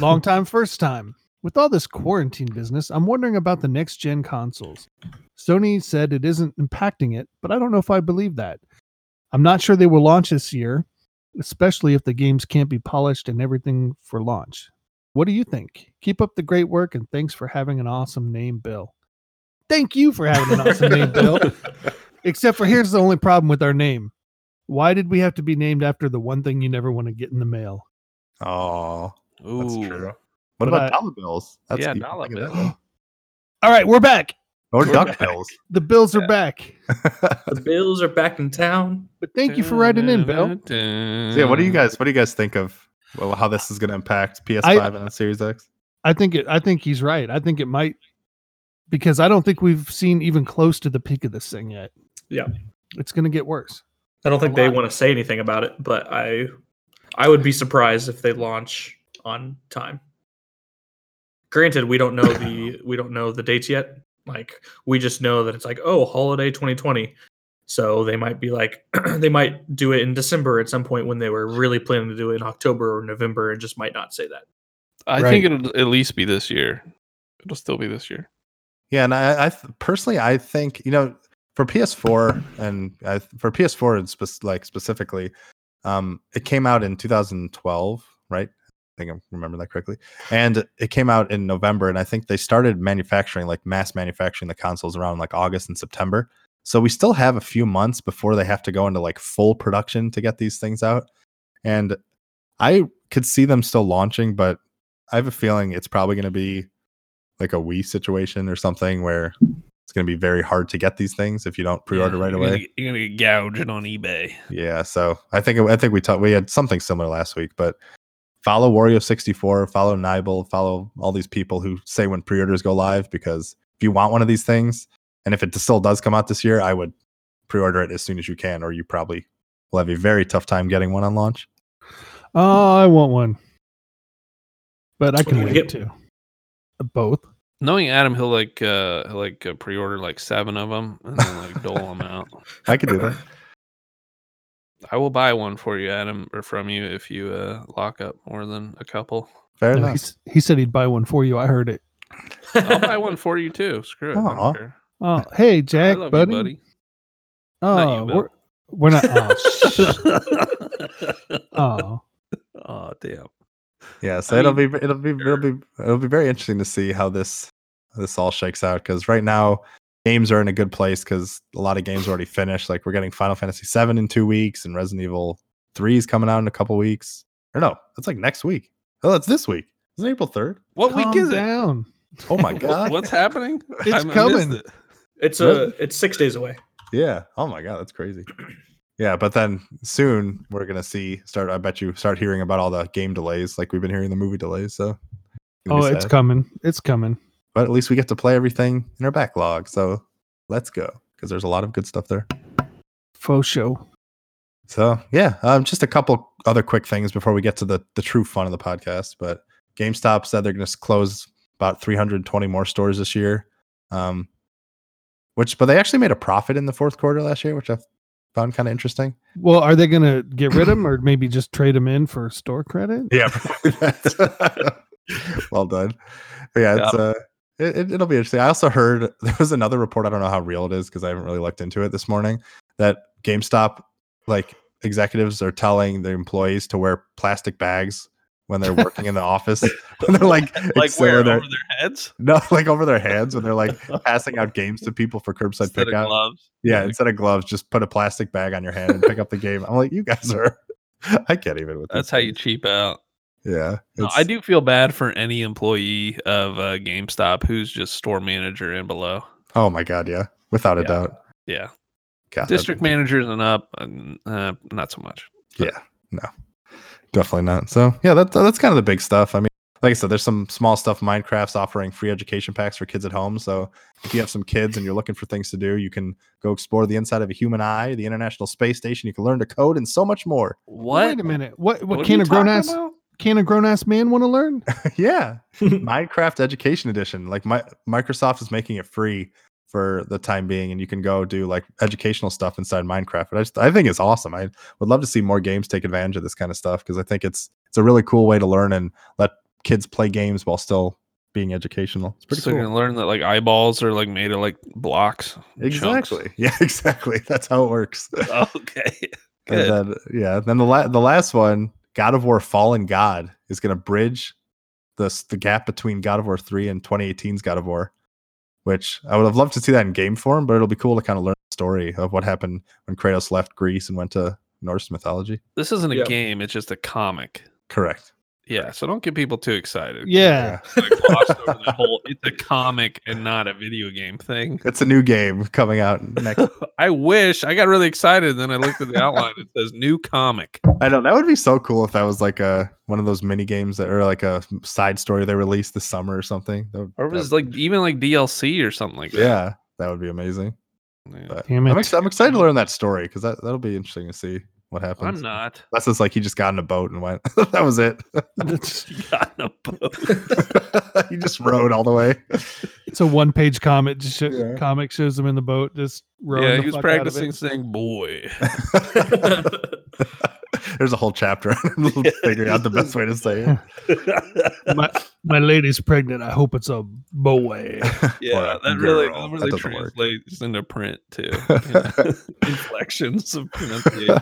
S3: Long time first time. With all this quarantine business, I'm wondering about the next gen consoles. Sony said it isn't impacting it, but I don't know if I believe that. I'm not sure they will launch this year, especially if the games can't be polished and everything for launch. What do you think? Keep up the great work and thanks for having an awesome name, Bill. Thank you for having an awesome name, Bill. Except for here's the only problem with our name. Why did we have to be named after the one thing you never want to get in the mail?
S1: Oh, that's
S4: Ooh.
S1: true. What
S3: But
S1: about
S3: I-
S1: dollar bills?
S4: Yeah,
S1: you didn't
S4: dollar
S1: think of that
S4: bill.
S1: one.
S3: All right, we're back.
S1: Or
S4: We're
S1: duck
S4: back.
S1: bills.
S3: The Bills are
S4: Yeah.
S3: back.
S2: The Bills are back in town.
S3: But thank you for writing in, Bill.
S1: So, yeah, what do you guys what do you guys think of well, how this is going to impact PS5 and the Series X?
S3: I think it. I think he's right. I think it might because I don't think we've seen even close to the peak of this thing yet.
S2: Yeah.
S3: it's going to get worse.
S2: I don't think
S3: A
S2: they
S3: lot.
S2: want to say anything about it, but I I would be surprised if they launch on time. Granted, we don't know the we don't know the dates yet. Like we just know that it's like, oh, holiday 2020. So they might be like they might do it in December at some point when they were really planning to do it in October or November and just might not say that.
S4: I
S3: Right.
S4: think it'll at least be this year. It'll still be this year.
S1: Yeah, and I, I th- personally I think you know for PS4 and I, for PS4 and spec- like specifically, um, it came out in 2012, right? I think I remember that correctly. And it came out in November, and I think they started manufacturing like mass manufacturing the consoles around like August and September. So we still have a few months before they have to go into like full production to get these things out. And I could see them still launching, but I have a feeling it's probably going to be like a Wii situation or something where it's going to be very hard to get these things if you don't pre-order
S4: Yeah,
S1: right
S4: you're gonna
S1: away.
S4: get- you're gonna get gouged on eBay.
S1: Yeah, so I think I think we talked we had something similar last week, but follow Wario sixty four, follow Nibel, follow all these people who say when pre-orders go live because if you want one of these things, and if it still does come out this year, I would pre-order it as soon as you can, or you probably will have a very tough time getting one on launch.
S3: Oh, I want one, but I
S2: What
S3: can
S2: do you
S3: wait
S2: get?
S3: too. Uh, Both.
S4: Knowing Adam, he'll like uh he'll like uh, pre-order like seven of them and then like dole them out.
S1: I could do that.
S4: I will buy one for you, Adam, or from you if you uh lock up more than a couple.
S1: Fair
S3: No,
S1: enough.
S3: he's- he said he'd buy one for you. I heard it.
S4: I'll buy one for you too. Screw it. I don't
S1: Aw.
S4: care.
S3: Oh, hey
S4: I
S3: Jack,
S4: love
S3: buddy.
S4: you, buddy.
S3: Oh,
S4: Not you, Bill.
S3: we're we're not. Oh, sh- oh.
S4: oh damn.
S1: Yeah, so
S4: I
S1: it'll
S4: mean,
S1: be it'll be it'll be it'll be very interesting to see how this this all shakes out because right now games are in a good place because a lot of games are already finished. Like we're getting Final Fantasy VII in two weeks and Resident Evil Three's coming out in a couple weeks. Or no, that's like next week. Oh, that's this week. Is it April 3rd?
S4: What week
S3: Calm
S4: is it?
S3: down.
S1: Oh my
S4: What-
S1: god.
S4: What's happening?
S3: It's
S4: missed
S3: coming.
S4: it.
S2: It's uh, it's six days away.
S1: Yeah. Oh my god, that's crazy. Yeah, but then soon we're gonna see start. I bet you start hearing about all the game delays, like we've been hearing the movie delays. So, gonna
S3: Oh,
S1: be
S3: it's
S1: sad.
S3: coming. It's coming.
S1: but at least we get to play everything in our backlog. So let's go because there's a lot of good stuff there.
S3: Faux show.
S1: So yeah, um, just a couple other quick things before we get to the the true fun of the podcast. But GameStop said they're going to close about 320 more stores this year, um, which but they actually made a profit in the fourth quarter last year, which I found kind of interesting.
S3: Well, are they going to get rid of them or maybe just trade them in for store credit?
S1: Yeah. probably that. well done. But yeah, it's uh it, it- it'll be interesting. I also heard there was another report, I don't know how real it is because I haven't really looked into it this morning, that GameStop like executives are telling their employees to wear plastic bags when they're working in the office. When they're like,
S4: Like
S1: it's- uh,
S4: where
S1: when they're-
S4: over their heads?
S1: no, like over their hands when they're like passing out games to people for curbside
S4: Instead of
S1: pickup.
S4: gloves.
S1: Yeah,
S4: Yeah.
S1: instead of gloves, just put a plastic bag on your hand and pick up the game. I'm like, you guys are I can't even with
S4: That's
S1: these
S4: how you
S1: guys."
S4: cheap out.
S1: Yeah.
S4: No, I
S1: it's-
S4: do feel bad for any employee of uh, GameStop who's just store manager and below.
S1: Oh my god, yeah, without a
S4: Yeah.
S1: doubt.
S4: Yeah,
S1: God, that'd
S4: district
S1: be-
S4: managers and up, and, uh, not so much.
S1: Yeah, no, definitely not. So yeah, that's that's kind of the big stuff. I mean, like I said, there's some small stuff. Minecraft's offering free education packs for kids at home. So if you have some kids and you're looking for things to do, you can go explore the inside of a human eye, the International Space Station. You can learn to code and so much more.
S4: What?
S3: Wait a minute. What what,
S4: are
S3: can
S4: you
S3: a grown
S4: talking
S3: ass
S4: about?
S3: can a grown ass man want to learn?
S1: yeah, Minecraft Education Edition. Like my Microsoft is making it free for the time being, and you can go do like educational stuff inside Minecraft. But I just I think it's awesome. I would love to see more games take advantage of this kind of stuff because I think it's it's a really cool way to learn and let kids play games while still being educational. It's pretty
S4: so you're
S1: cool.
S4: gonna learn that like eyeballs are like made of like blocks. chunks.
S1: Exactly. Yeah, exactly. That's how it works.
S4: okay.
S1: And
S4: Good.
S1: then, yeah, then the la- the last one, God of War Fallen God is going to bridge the s- the gap between God of War 3 and 2018's God of War, which I would have loved to see that in game form, but it'll be cool to kind of learn the story of what happened when Kratos left Greece and went to Norse mythology.
S4: This isn't a
S2: Yeah.
S4: game. It's just a comic.
S1: Correct.
S4: Yeah. So don't get people too excited.
S3: Yeah.
S4: Like, glossed over that whole, it's a comic and not a video game thing.
S1: It's a new game coming out next.
S4: I wish I got really excited. Then I looked at the outline. It says new comic.
S1: I know that would be so cool if that was like a one of those mini games that or like a side story they released this summer or something. That would-
S4: Or it
S1: that-
S4: was like even like DLC or something like that.
S1: yeah, that would be amazing.
S4: Yeah.
S1: But
S3: Damn
S1: I'm,
S3: it.
S1: ex- I'm excited to learn that story because that, that'll be interesting to see what happens.
S4: I'm not.
S1: That's just like he just got in a boat and went. that was it.
S3: it's
S4: Got in a boat.
S1: he just rode all the way.
S3: a one page comic. Just sho-
S1: Yeah.
S3: comic shows them in the boat. Just rowing
S4: Yeah,
S3: the
S4: he was
S3: fuck out of it.
S4: practicing saying boy.
S1: There's a whole chapter on him figuring out the best way to say it.
S3: my, my lady's pregnant. I hope it's a boy.
S4: yeah,
S1: Or a
S4: that really,
S1: girl.
S4: that really
S1: doesn't work.
S4: translates into print too. Yeah. Inflections of pronunciation.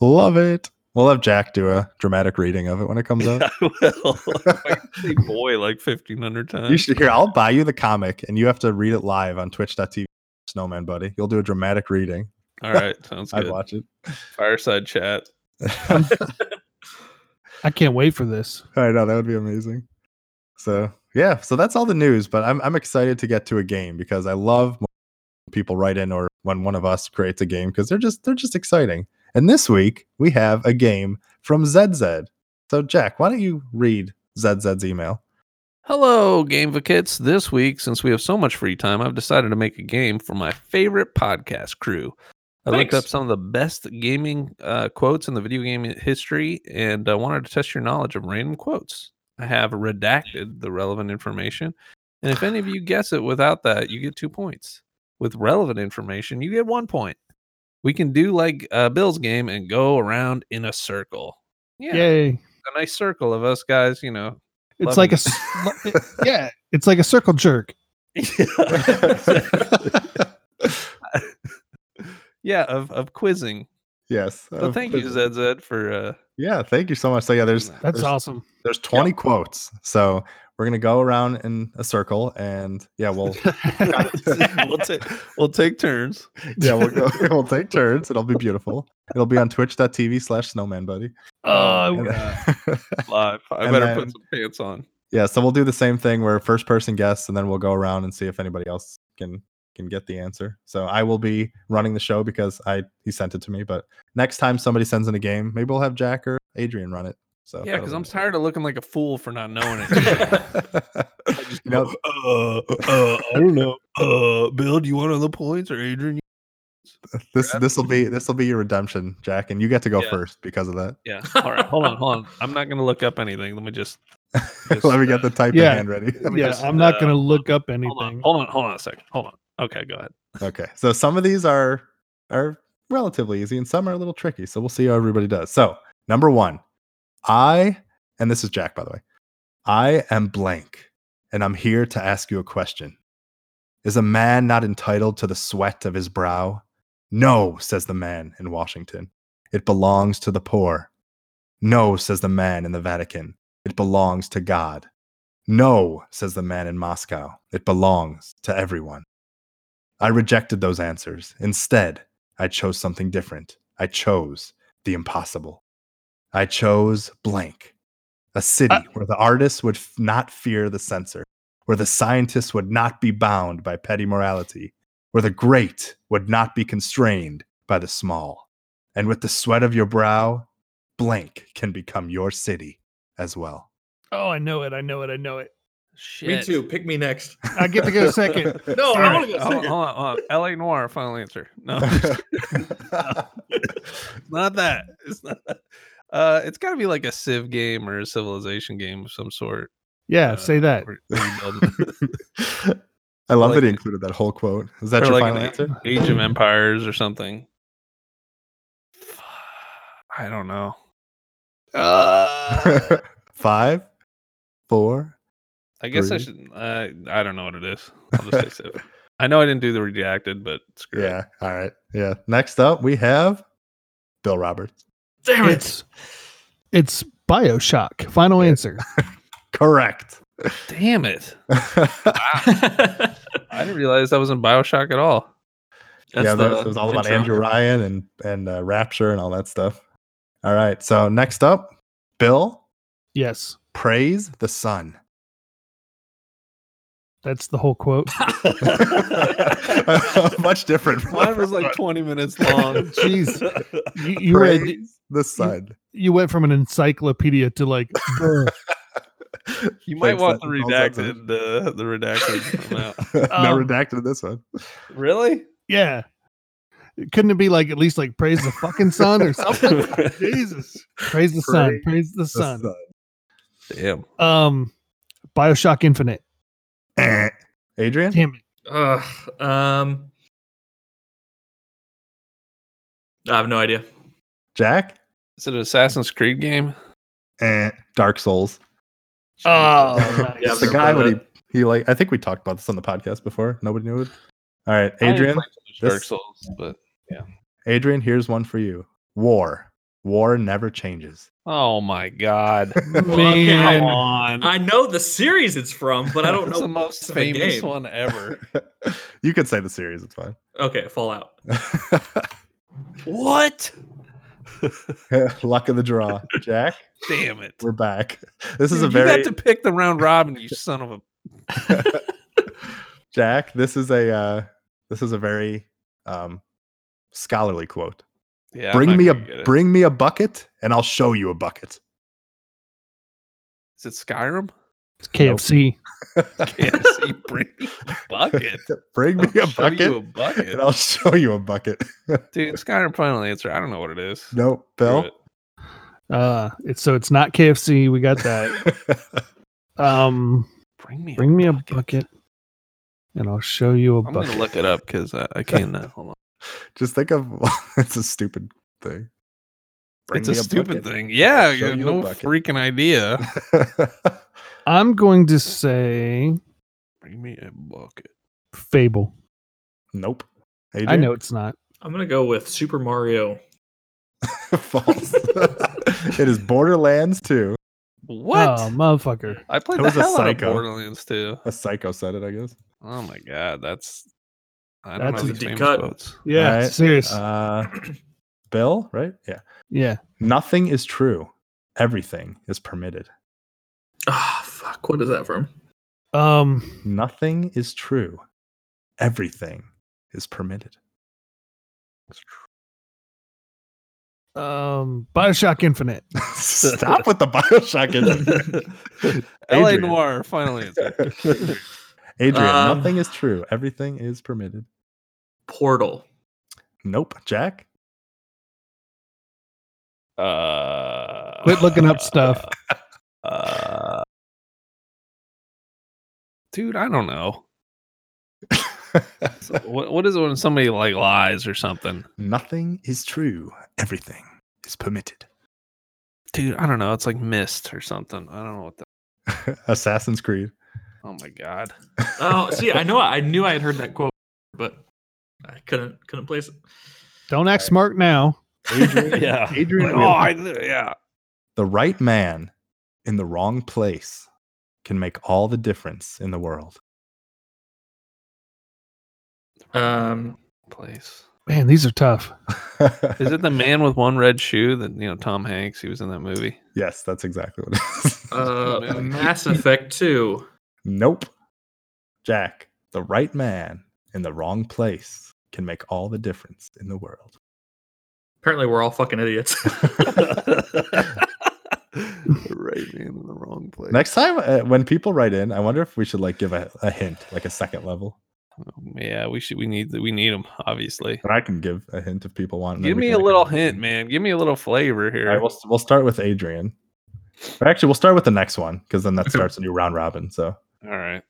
S1: Love it. We'll have Jack do a dramatic reading of it when it comes out.
S4: I will. If I can say boy like 1500 times.
S1: You should hear. I'll buy you the comic, and you have to read it live on Twitch.tv. Snowman Buddy, you'll do a dramatic reading.
S4: All right, sounds
S1: I'd
S4: good.
S1: watch it.
S4: Fireside chat.
S3: I can't wait for this.
S1: I know that would be amazing. So yeah, so that's all the news. But I'm I'm excited to get to a game because I love when people write in or when one of us creates a game because they're just they're just exciting. And this week we have a game from ZZ. So Jack, why don't you read ZZ's email?
S4: Hello, Gamevocates. This week, since we have so much free time, I've decided to make a game for my favorite podcast crew. I
S2: Thanks.
S4: looked up some of the best gaming uh, quotes in the video game history and uh, wanted to test your knowledge of random quotes. I have redacted the relevant information. And if any of you guess it without that, you get two points. With relevant information, you get one point. We can do like uh, Bill's game and go around in a circle. Yeah,
S3: Yay.
S4: a nice circle of us guys, you know,
S3: It's
S4: Love
S3: like
S4: it.
S3: a s- lo- it- yeah, it's like a circle jerk.
S4: yeah, of, of quizzing
S1: Yes.
S4: So thank you, Zed Zed, for uh,
S1: Yeah, thank you so much. So yeah, there's
S4: That's
S3: That's
S1: there's,
S3: awesome.
S1: There's 20 quotes. So we're gonna go around in a circle and yeah, we'll
S4: we'll, take, we'll take turns.
S1: yeah, we'll go we'll take turns. It'll be beautiful. It'll be on twitch.tv slash snowman buddy.
S3: Oh,
S1: And-
S4: Live. I
S1: And
S4: better
S1: then-
S4: put some pants on.
S1: yeah, so we'll do the same thing where first person guests and then we'll go around and see if anybody else can can get the answer. So I will be running the show because I he sent it to me, but next time somebody sends in a game, maybe we'll have Jack or Adrian run it. So
S4: Yeah, because I'm
S1: sorry.
S4: tired of looking like a fool for not knowing it.
S1: you know,
S4: uh, uh, I don't know. Uh, Bill, do you want other points or Adrian?
S1: this this will be this will be your redemption, Jack, and you get to go
S4: Yeah.
S1: first because of that.
S4: Yeah. All right. Hold on. Hold on. I'm not going to look up anything. Let me just. just,
S1: Let me
S4: uh,
S1: get the typing
S3: Yeah.
S1: hand ready.
S4: Let me
S3: yeah,
S4: just,
S3: I'm not
S4: uh,
S3: going to look up
S4: Hold on.
S3: anything.
S4: Hold on. Hold on a second. Hold on. Okay. Go ahead.
S1: Okay, so some of these are are relatively easy, and some are a little tricky. So we'll see how everybody does. So number one, I and this is Jack, by the way. I am blank, and I'm here to ask you a question. Is a man not entitled to the sweat of his brow? No, says the man in Washington. It belongs to the poor. No, says the man in the Vatican. It belongs to God. No, says the man in Moscow. It belongs to everyone. I rejected those answers. Instead, I chose something different. I chose the impossible. I chose blank, a city
S3: I-
S1: where the artist would f- not fear the censor, where the scientist would not be bound by petty morality, where the great would not be constrained by the small. And with the sweat of your brow, blank can become your city as well.
S3: Oh, I know it. I know it. I know it.
S4: Shit.
S2: Me too. Pick me next.
S3: I get to go second.
S2: No,
S3: All
S2: I
S3: right.
S2: want to go
S4: Hold on,
S2: second.
S4: hold on, hold on. LA Noir, final answer. No, it's not that. It's not that. Uh, it's got to be like a Civ game or a Civilization game of some sort.
S3: Yeah,
S4: Uh,
S3: say that.
S4: Or, or you build an-
S1: I love
S4: Like-
S1: that he included that whole quote. Is that
S4: or
S1: your
S4: like
S1: final
S4: an
S1: answer?
S4: Age of Empires or something. I don't know. Uh,
S1: Five, four.
S4: I guess I
S1: Three.
S4: should. Uh, I don't know what it is. I'll just say Civ. I know I didn't do the redacted, but screw it.
S1: Yeah. All right. Yeah. Next up, we have Bill Roberts.
S2: Damn it.
S3: It's it's BioShock. Final answer.
S1: Correct.
S4: Damn it! Ah. I didn't realize that was in Bioshock at all.
S1: yeah, that was- it was all about
S2: intro.
S1: Andrew Ryan and and uh, Rapture and all that stuff. All right. So next up, Bill
S3: Yes.
S1: praise the sun.
S3: That's the whole quote.
S1: Much different. from
S4: Mine was
S1: the
S4: like
S1: first
S4: 20 minutes long.
S3: Jeez. You, you
S1: one.
S3: read
S1: praise the sun.
S3: you went from an encyclopedia to like "Bruh."
S4: You might want the
S1: Thanks, that- that
S4: redacted, uh, the redacted. amount.
S1: sounds awesome. no
S3: Um,
S1: redacted in this one.
S4: Really?
S3: yeah. Couldn't it be like at least like praise the fucking sun or something? Jesus. Praise the sun. Praise the
S1: The
S3: sun.
S1: sun.
S4: Damn.
S3: Um BioShock Infinite.
S1: Eh. Adrian?
S3: Damn it.
S2: Ugh, um, I have no idea.
S1: Jack?
S4: Is it an Assassin's Creed game?
S1: Eh. Dark Souls.
S3: Oh, nice.
S2: Yeah,
S1: It's the
S2: I've never
S1: guy
S2: played
S1: when he,
S2: that.
S1: he like I think we talked about this on the podcast before. Nobody knew it. All right,
S4: I haven't
S1: Adrian.
S4: played so much Dark
S1: this-
S4: Souls, but
S1: Adrian, here's one for you. War. War never changes.
S4: oh my god.
S3: Man.
S4: Come on.
S2: I know the series it's from, but I don't
S4: That's
S2: know
S4: the most
S2: what's in the
S4: famous
S2: game.
S4: one ever.
S1: you could say the series, it's fine.
S2: Okay, Fallout.
S4: what?
S1: Luck of the draw. Jack,
S4: Damn it.
S1: we're back. This is a
S4: Dude,
S1: very
S4: You have to pick the round robin, you son of a.
S1: Jack, this is a uh, this is a very um, scholarly quote.
S4: Yeah, I'm
S1: bring
S4: not
S1: me a
S4: gonna get it.
S1: bring me a bucket and I'll show you a bucket.
S4: Is it Skyrim?
S3: It's KFC.
S4: Yes, you bring me a bucket.
S1: bring me a
S4: I'll show
S1: bucket
S4: you a bucket.
S1: and I'll show you a bucket.
S4: Dude, Skyrim final answer. I don't know what it is. Screw
S1: nope, Bill.
S4: it.
S3: Uh it's so it's not KFC. We got that. Um
S4: Bring me
S3: bring me a bucket and I'll show you a
S4: I'm
S3: bucket.
S4: gonna look it up because I, I can't. Uh, hold on.
S1: Just think of it's a stupid thing. Bring
S4: it's
S1: me
S4: a stupid thing. Yeah, you
S1: show
S4: have
S1: you a
S4: no
S1: bucket.
S4: freaking idea.
S1: thing.
S3: I'm going to say
S4: Bring me a bucket.
S3: Fable.
S1: nope.
S3: I
S1: Adrian?
S3: know it's not.
S2: I'm gonna go with Super Mario
S1: False. it is Borderlands 2.
S4: What?
S3: Oh, motherfucker.
S4: I played
S1: That was
S4: the
S1: a
S4: hell out of
S1: psycho.
S4: Borderlands too.
S1: A psycho said it, I guess.
S4: Oh my god, that's I don't
S3: That's
S4: know
S3: a
S4: these
S2: deep
S4: famous
S2: cut.
S4: quotes.
S3: Yeah,
S1: Alright,
S3: serious.
S1: Uh, Bill, right? Yeah.
S3: yeah.
S1: Nothing is true. Everything is permitted.
S2: Ah, fuck. What is that from?
S3: Um,
S1: Nothing is true. Everything is permitted.
S3: um, Bioshock Infinite.
S1: Stop with the Bioshock. in-
S4: LA
S1: Adrian.
S4: Noir finally. answered.
S1: Adrian,
S2: Um,
S1: nothing is true. Everything is permitted.
S2: Portal.
S1: Nope. Jack?
S4: Uh,
S3: Quit looking up stuff.
S4: Uh, dude, I don't know. What what is it when somebody like lies or something?
S1: nothing is true. Everything is permitted.
S4: Dude, I don't know. It's like mist or something. I don't know what the.
S1: Assassin's Creed.
S4: Oh my god.
S2: Oh, see, I know. I knew I had heard that quote, but I couldn't couldn't place it.
S3: Don't act smart now.
S1: Adrian,
S4: Yeah.
S1: Adrian,
S4: Like,
S1: we
S4: oh,
S1: have-
S4: I, yeah.
S1: the right man in the wrong place can make all the difference in the world.
S2: Um,
S4: Place.
S3: Man, these are tough.
S4: Is it the man with one red shoe that you know Tom Hanks? He was in that movie.
S1: yes, that's exactly what it is.
S2: uh,
S4: Really?
S2: Mass Effect Two.
S1: nope. Jack, the right man in the wrong place can make all the difference in the world.
S2: Apparently, we're all fucking idiots.
S4: right man in the wrong place.
S1: Next time, uh, when people write in, I wonder if we should like give a, a hint, like a second level.
S4: Oh, Yeah, we should. We need. We need them. Obviously.
S1: But I can give a hint if people want. and then
S4: Give
S1: we
S4: me
S1: can
S4: a
S1: make
S4: little
S1: another
S4: hint,
S1: one.
S4: man. Give me a little flavor
S1: All right,
S4: here.
S1: we'll, we'll start with Adrian. Or actually, we'll start with the next one because then that
S2: Okay.
S1: starts a new round robin. So,
S4: All right.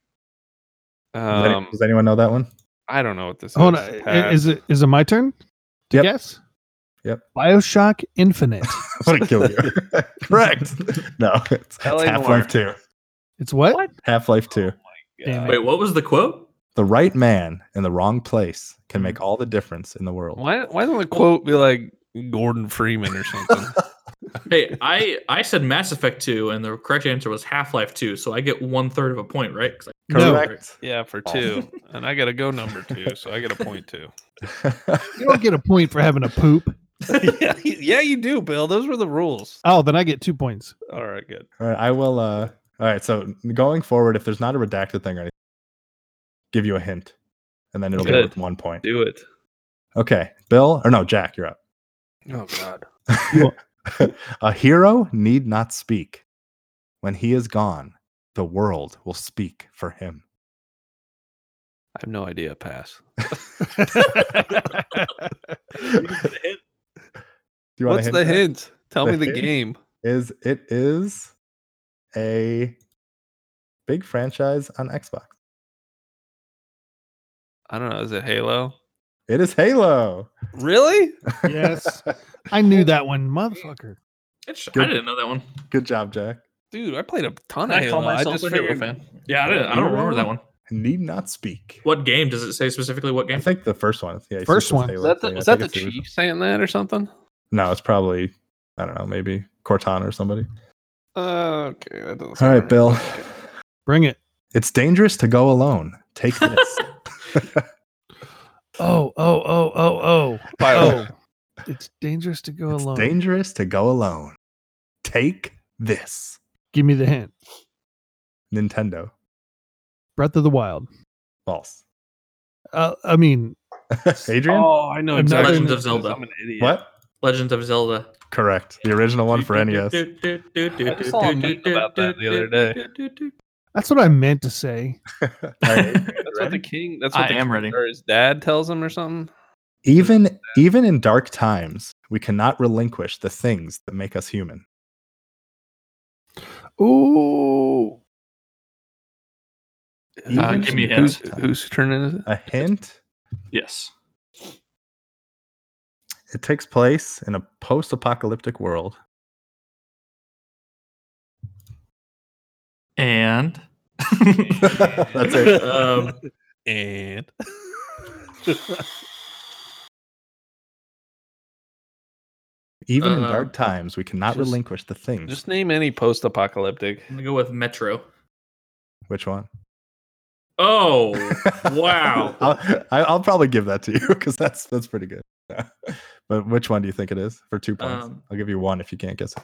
S1: does, any-
S4: Um,
S1: does anyone know that one?
S4: I don't know what this
S3: Hold
S4: is.
S3: on.
S4: Pass.
S3: i- Is it is it my turn to
S1: Yep.
S3: guess?
S1: Yep.
S3: Bioshock Infinite.
S1: I'm gonna kill you. Correct. No, it's,
S4: LA Noire.
S1: Half Life Two.
S3: It's what?
S1: Half Life Two.
S4: Oh
S3: Damn
S4: God.
S3: it.
S2: Wait, what was the quote?
S1: The right man in the wrong place
S4: Hmm.
S1: can make all the difference in the world.
S4: Why? Why don't the quote be like Gordon Freeman or something?
S2: Hey, I I said Mass Effect Two, and the correct answer was Half Life Two. So I get one third of a point, right? 'Cause I-
S3: No.
S1: Correct.
S4: yeah, for two, and I got to go number two, so I got a point two.
S3: You don't get a point for having a poop.
S4: yeah, yeah, you do, Bill. Those were the rules.
S3: Oh, then I get two points.
S4: All right, good.
S1: all right, I will. uh All right. So going forward, if there's not a redacted thing, or anything, give you a hint, and then it'll be
S4: Good.
S1: worth one point.
S4: Do it.
S1: Okay, Bill or no, Jack, you're up.
S4: Oh God.
S1: a hero need not speak. When he is gone, the world will speak for him.
S4: I have no idea. Pass.
S1: Do you want
S4: What's
S1: a hint
S4: the
S1: Jack?
S4: hint? Tell
S1: The
S4: me the
S1: hint?
S4: game.
S1: Is it is a big franchise on Xbox.
S4: I don't know. Is it Halo?
S1: It is Halo.
S4: Really?
S3: Yes. I knew that one, motherfucker.
S2: It's, I
S1: Good.
S2: didn't know that one.
S1: Good job, Jack.
S4: Dude, I played a ton
S2: I
S4: of
S2: call
S4: Halo. I
S2: myself
S4: just
S2: a Halo
S4: figured,
S2: fan. Yeah, I, didn't, I don't remember that one.
S1: Need not speak.
S2: What game does it say specifically? What
S1: I
S2: game?
S1: think the first one. Yeah, it's
S3: First
S1: just
S3: one.
S1: Halo
S4: Was that the,
S1: thing. I
S4: was that the
S1: think it's
S4: chief
S1: original.
S4: saying that or something?
S1: No, it's probably I don't know, maybe Cortana or somebody.
S4: Uh, okay, that doesn't.
S1: All
S4: sound
S1: right, Bill.
S3: Bring it.
S1: It's dangerous to go alone. Take this.
S3: Oh, oh, oh, oh, oh. Oh.
S4: Bioware.
S3: It's dangerous to go
S1: it's
S3: alone.
S1: dangerous to go alone. Take this.
S3: Give me the hint.
S1: Nintendo.
S3: Breath of the Wild.
S1: False.
S3: Uh, I mean,
S1: Adrian?
S4: Oh, I know
S3: Another
S4: exactly.
S2: Legend of
S4: what this is.
S2: Zelda.
S4: I'm an idiot.
S1: What?
S2: Legends of Zelda.
S1: Correct. The original one for E NES.
S4: I just saw a meme about that the other day.
S3: that's what I meant to say.
S1: All right, Adrian, you
S4: That's what
S1: ready?
S4: the king. That's what
S2: I
S4: the
S2: am
S4: king-
S2: ready.
S4: Or his dad tells him or something.
S1: Even even in dark times, we cannot relinquish the things that make us human.
S3: Ooh.
S2: Uh,
S1: Even
S2: give me a
S1: in
S4: Who's,
S2: hint.
S1: dark times.
S4: whose turn is it?
S1: A hint.
S2: Yes.
S1: It takes place in a post-apocalyptic world.
S2: And
S1: That's it.
S2: Um,
S4: And
S1: Even in
S2: Uh,
S1: dark times, we cannot
S4: Uh-huh. just-
S1: relinquish the things.
S4: Just name any post-apocalyptic.
S2: I'm gonna go with Metro.
S1: Which one?
S2: Oh wow!
S1: I'll, I- I'll probably give that to you because that's that's pretty good. but which one do you think it is for two points?
S2: Um,
S1: I'll give you one if you can't guess it.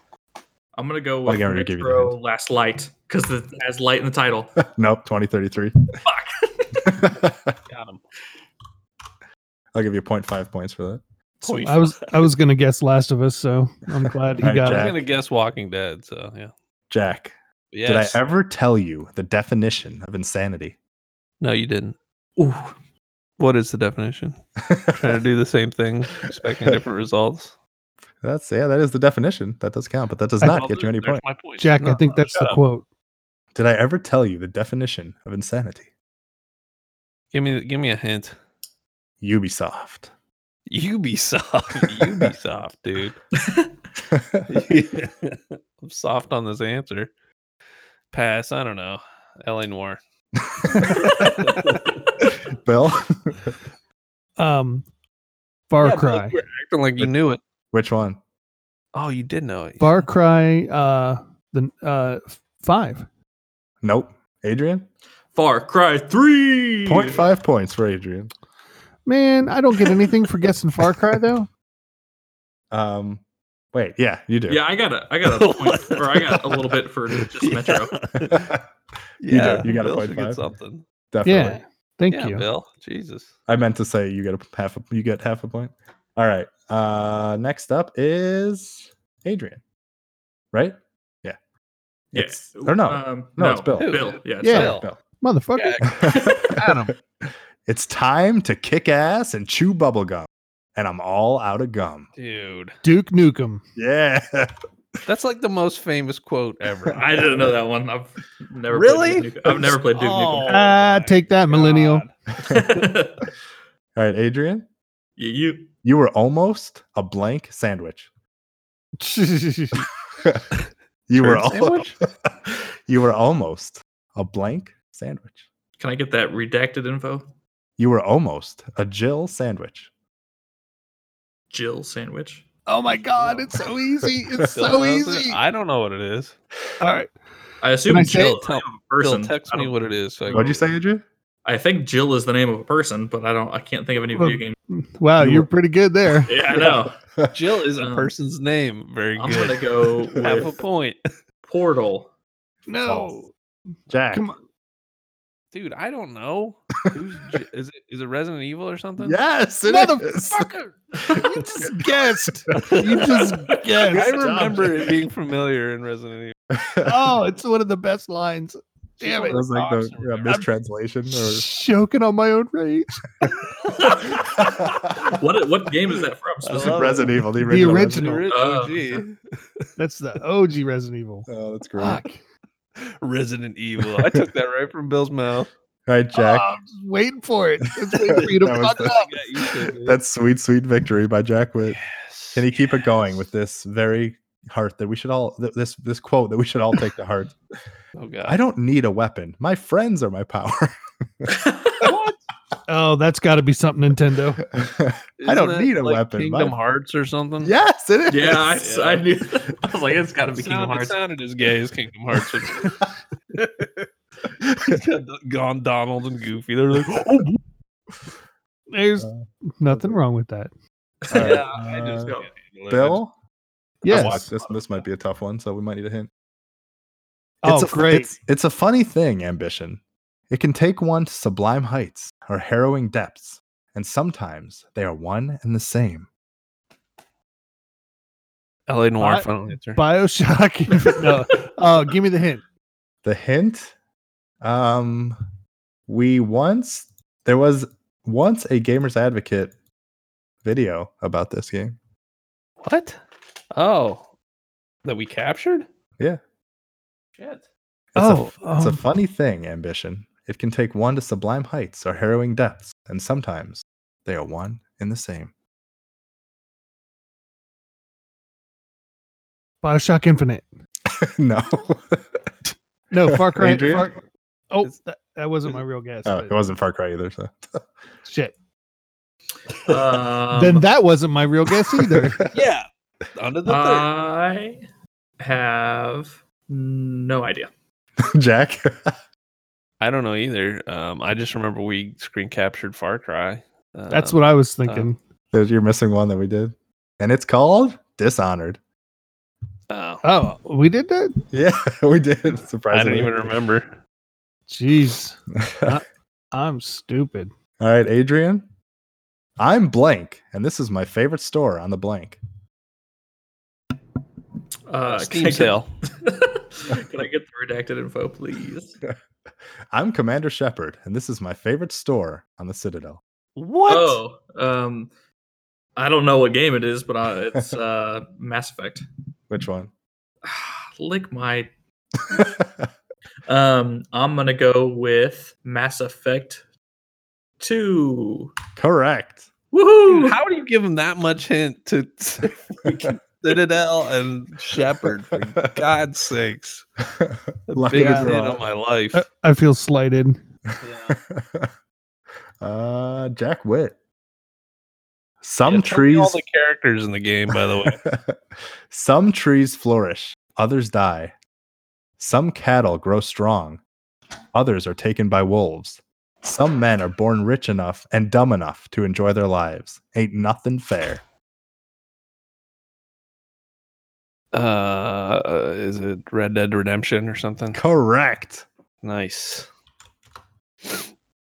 S2: I'm gonna go
S1: Well,
S2: with
S1: I already gave you the
S2: Metro Last Light because it has light in the title.
S1: Nope, 2033.
S4: Got him.
S1: I'll give you 0.5 points for that.
S4: Sweet.
S3: I was I was gonna guess Last of Us, so I'm glad he
S1: All right,
S3: got
S4: I was
S1: Jack.
S3: it.
S4: gonna guess Walking Dead. So yeah.
S1: Jack,
S4: Yes.
S1: did I ever tell you the definition of insanity?
S4: No, you didn't. Ooh. What is the definition? Trying to do the same thing, expecting different results.
S1: That's yeah, that is the definition. That does count, but that does not
S4: Well,
S1: get you
S4: there-
S1: any
S4: there's
S1: point.
S4: my point.
S3: Jack, I
S4: No,
S3: think
S4: no,
S3: that's the
S4: shut up.
S3: quote.
S1: Did I ever tell you the definition of insanity?
S4: Give me, give me a hint.
S1: Ubisoft.
S4: Ubisoft, Ubisoft, dude. I'm soft on this answer. Pass. I don't know. La Noir.
S1: Bill,
S3: Um, Far
S4: Yeah,
S3: Cry,
S4: You were acting like you knew it.
S1: which one?
S4: Oh, you did know it.
S3: Far Cry, uh, the uh five.
S1: Nope. Adrian?
S2: Far Cry Three.
S1: 0.5 points for Adrian.
S3: Man, I don't get anything for guessing Far Cry though.
S1: Um wait, yeah, you do.
S2: Yeah, I got a, I got a point, or I got a little bit for just Metro.
S1: you do. You got a
S4: Bill
S1: point
S4: should get
S1: five.
S4: something.
S1: Definitely.
S3: yeah, thank
S4: yeah,
S3: you.
S4: Bill. Jesus.
S1: I meant to say you get a half a you get half a point. All right. Uh next up is Adrian. Right? Yeah. It's-
S2: Yes.
S1: Or no.
S2: Um,
S1: no, it's Bill.
S2: Bill. Yeah. it's
S3: Yeah.
S2: Bill.
S1: Bill.
S3: Motherfucker.
S4: Jack,
S3: Adam.
S1: It's time to kick ass and chew bubble gum. And I'm all out of gum.
S4: dude.
S3: Duke Nukem.
S1: Yeah.
S4: That's like the most famous quote ever.
S2: I didn't know that one. I've never
S1: Really?
S2: Played Duke Nukem. I've never played Duke
S4: Oh,
S3: Ah,
S4: my
S3: take that, millennial.
S4: God.
S2: Nukem.
S1: All right, Adrian,
S2: you, you-
S1: you were almost a blank sandwich. You were
S4: Turd
S1: al-
S4: sandwich?
S1: you were almost a blank sandwich.
S2: can I get that redacted info?
S1: You were almost a Jill sandwich.
S2: Jill sandwich.
S3: Oh my God, it's so easy. It's
S4: Bill
S3: so
S4: knows it?
S3: easy.
S4: I don't know what it is.
S3: All right.
S2: I assume
S3: I say
S2: Jill is
S4: it?
S2: the
S4: Tell-
S2: name of a
S4: Bill,
S2: person.
S4: text
S2: I
S4: me
S2: don't-
S4: what it is. So I
S1: What'd
S4: can-
S1: you say, Adrian?
S2: I think Jill is the name of a person, but I don't. I can't think of any
S3: Well-
S2: video game.
S3: Wow,
S1: You
S3: you're
S1: were-
S3: pretty good there.
S2: Yeah, I know.
S4: Jill is a
S2: Um,
S4: person's name. Very
S2: I'm
S4: good.
S2: gonna go
S4: Half a
S2: with
S4: point,
S2: Portal.
S3: No.
S1: Oh. Jack.
S3: Come on.
S4: dude. I don't know. Who's J- is it? Is it Resident Evil or something?
S1: Yes, it is.
S3: Motherfucker. You just guessed. You just
S4: I
S3: guessed.
S1: Good job.
S4: remember it being familiar in Resident Evil.
S3: Oh, it's one of the best lines. Damn
S1: That
S3: it.
S1: was like the
S4: Dogs or
S1: yeah,
S4: whatever.
S1: mistranslation or
S3: Choking on my own rage.
S2: What what game is that from?
S1: This is
S2: Specifically?
S4: love it.
S1: Resident Evil, the
S3: The
S1: original.
S4: The
S3: original.
S4: ori-
S2: Oh.
S4: OG.
S3: That's the OG Resident Evil.
S1: Oh, that's great.
S3: Fuck.
S4: Resident Evil. I took that right from Bill's mouth.
S1: All right, Jack.
S3: Oh, I'm just waiting for it. It's waiting for you to
S1: That was
S3: fuck
S1: the-
S3: up.
S4: Yeah, Ah, you took it.
S1: That's sweet, sweet victory by Jack Witt.
S4: Yes,
S1: Can he keep it going
S4: yes.
S1: with this very heart that we should all th- this this quote that we should all take to heart?
S4: Oh god.
S1: I don't need a weapon. My friends are my power.
S3: Oh, that's got to be something Nintendo.
S1: I don't
S4: Isn't
S1: need a
S4: that like
S1: weapon,
S4: Kingdom
S1: my-
S4: Hearts or something.
S1: yes, it is.
S2: yeah, I,
S4: Yeah.
S2: I knew. I was like, it's got to
S4: It
S2: be Kingdom
S4: sounded, it
S2: Hearts.
S4: sounded as gay as Kingdom Hearts. would be. Gone Donald and Goofy. They're like, oh,
S3: There's
S1: Uh,
S3: nothing wrong with that.
S1: All right,
S4: yeah, I just
S1: uh,
S4: can't handle it.
S1: Bill.
S3: Yes.
S1: Watch this. This might be a tough one, so we might need a hint.
S3: Oh,
S1: it's a, fu-
S3: great.
S1: It's, it's a funny thing, ambition. It can take one to sublime heights or harrowing depths, and sometimes they are one and the same.
S4: LA Noir
S3: Bi-
S4: final answer.
S3: Bioshock. no. Oh, give me the hint.
S1: The hint, um, we once there was once a Gamers Advocate video about this game.
S4: What? Oh, that we captured?
S1: Yeah.
S4: Shit.
S1: It's, a,
S3: oh,
S1: f- it's a
S3: um,
S1: funny thing, ambition. It can take one to sublime heights or harrowing depths, and sometimes they are one and the same.
S3: Bioshock Infinite.
S1: no,
S3: No, Far Cry.
S1: Adrian?
S3: Far- oh,
S4: It's-
S3: that, that wasn't my real guess.
S1: oh,
S3: but
S1: it wasn't Far Cry either. So
S3: Shit.
S2: Um,
S3: Uh,
S4: Um,
S3: then that wasn't my real guess either.
S4: Yeah. Under the third.
S2: I have no idea.
S1: Jack.
S4: I don't know either. Um, I just remember we screen captured Far Cry. Um,
S3: That's what I was thinking.
S4: Uh,
S1: There's you're missing one that we did, and it's called Dishonored.
S4: Oh,
S3: oh, we did that.
S1: Yeah, we did.
S4: I don't
S1: Surprisingly,
S4: even remember.
S3: Jeez, I'm stupid.
S1: All right, Adrian. I'm blank, and this is my favorite store on the blank.
S2: Uh,
S4: Steam sale.
S2: Can, can I get the redacted info, please?
S1: I'm Commander Shepard, and this is my favorite store on the Citadel.
S4: What?
S2: Oh, um, I don't know what game it is, but uh, it's uh, Mass Effect.
S1: Which one?
S2: Lick my. Um, I'm gonna go with Mass Effect Two.
S1: Correct.
S2: Woohoo!
S4: How do you give him that much hint to Citadel and Shepherd? For God's sakes! The Uh,
S1: Lucky
S4: biggest hit
S1: draw.
S4: of my life.
S3: I- I feel slighted.
S1: uh, Jack Witt. Some
S4: Yeah, tell me
S1: trees.
S4: All the characters in the game, by the way.
S1: Some trees flourish, others die. Some cattle grow strong, others are taken by wolves. Some men are born rich enough and dumb enough to enjoy their lives. Ain't nothing fair.
S4: Uh, is it Red Dead Redemption or something?
S1: Correct.
S4: Nice.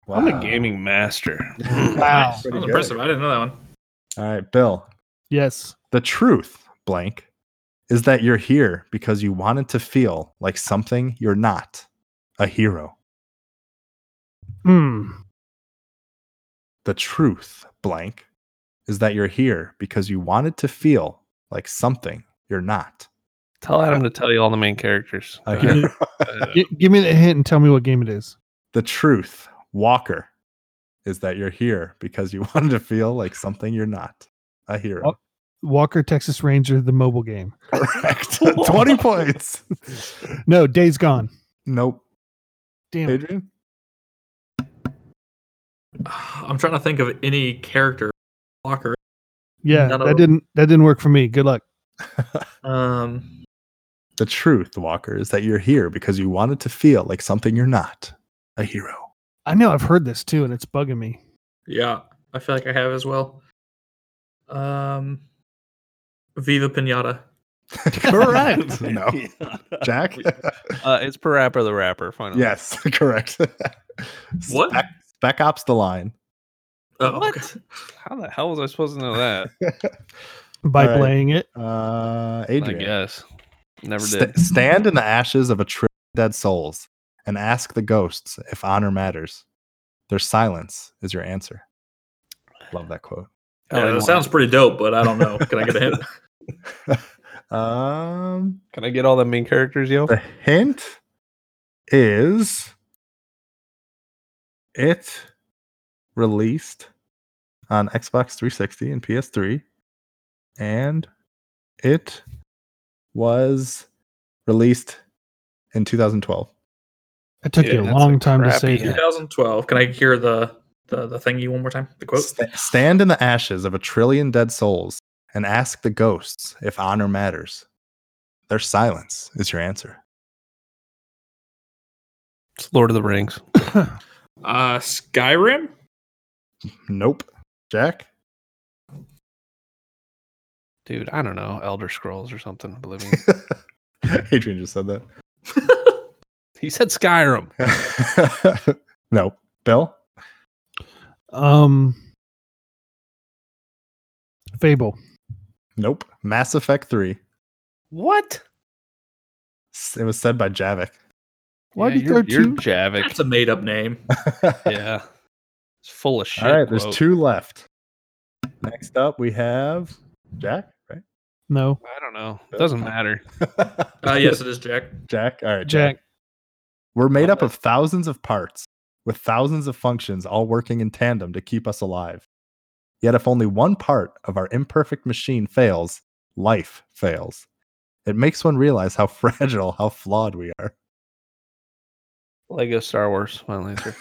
S4: I'm a gaming master.
S3: Wow.
S2: That
S1: Pretty
S2: was
S1: good.
S2: impressive. I didn't know that one.
S1: All right, Bill.
S3: Yes.
S1: The truth, blank, is that you're here because you wanted to feel like something you're not a hero.
S3: Hmm.
S1: The truth, blank, is that you're here because you wanted to feel like something you're not.
S4: Tell Adam to tell you all the main characters.
S1: A
S4: Uh,
S1: hero.
S3: Gi- give me the hint and tell me what game it is.
S1: the truth, Walker, is that you're here because you wanted to feel like something you're not. A hero.
S3: Walker Texas Ranger, the mobile game.
S1: Correct. 20 points.
S3: No, Days Gone.
S1: Nope.
S3: Damn. it.
S1: Adrian?
S2: I'm trying to think of any character. Walker.
S3: Yeah,
S2: None of
S3: that
S2: them.
S3: didn't that didn't work for me. Good luck.
S2: Um,
S1: The truth, Walker, is that you're here because you wanted to feel like something you're not. A hero.
S3: I know I've heard this too, and it's bugging me.
S2: yeah, I feel like I have as well. Um, Viva Pinata.
S1: correct. no. Jack?
S4: Uh, it's Parappa the Rapper, finally.
S1: yes, correct.
S2: What?
S1: Spec, Spec Ops the line.
S2: Oh,
S4: What?
S2: okay.
S4: How the hell was I supposed to know that?
S1: Uh,
S3: By
S1: All right.
S3: playing it,
S1: Uh,
S4: I
S1: Adrian.
S4: guess. Never
S1: Sta-
S4: did.
S1: stand in the ashes of a trip dead souls and ask the ghosts if honor matters. Their silence is your answer. Love that quote.
S4: Oh,
S2: Yeah, that sounds pretty dope, but I don't know. Can I get a hint?
S1: um,
S4: Can I get all the main characters, yo?
S1: the hint is it released on Xbox 360 and PS3, and it was released in 2012.
S3: it took
S4: Yeah,
S3: you a
S4: that's a
S3: long time to
S4: crappy
S3: say.
S4: hint.
S3: that.
S2: 2012. Can I hear the the the thingy one more time? The quote.
S1: Sta- stand in the ashes of a trillion dead souls and ask the ghosts if honor matters. Their silence is your answer.
S4: It's Lord of the Rings.
S2: Uh, Skyrim.
S1: Nope. Jack?
S4: Dude, I don't know. Elder Scrolls or something. Oblivion.
S1: Adrian just said that.
S4: he said Skyrim.
S1: no. Bill?
S3: Um, Fable.
S1: Nope. Mass Effect 3.
S4: What?
S1: S- It was said by Javik.
S3: Why
S4: yeah,
S3: did you
S4: you're,
S3: throw
S4: you're
S3: two?
S4: Javik.
S2: That's a made up name.
S4: yeah. It's full of shit.
S1: All right, there's
S4: quote.
S1: two left. Next up, we have Jack,
S3: No,
S4: I don't know. It doesn't matter.
S1: right?
S2: Uh, yes, it is Jack.
S1: Jack. All right,
S3: Jack.
S1: We're made up
S4: Okay.
S1: of thousands of parts with thousands of functions all working in tandem to keep us alive. Yet, if only one part of our imperfect machine fails, life fails. It makes one realize how fragile, how flawed we are.
S4: Lego Star Wars. Final answer.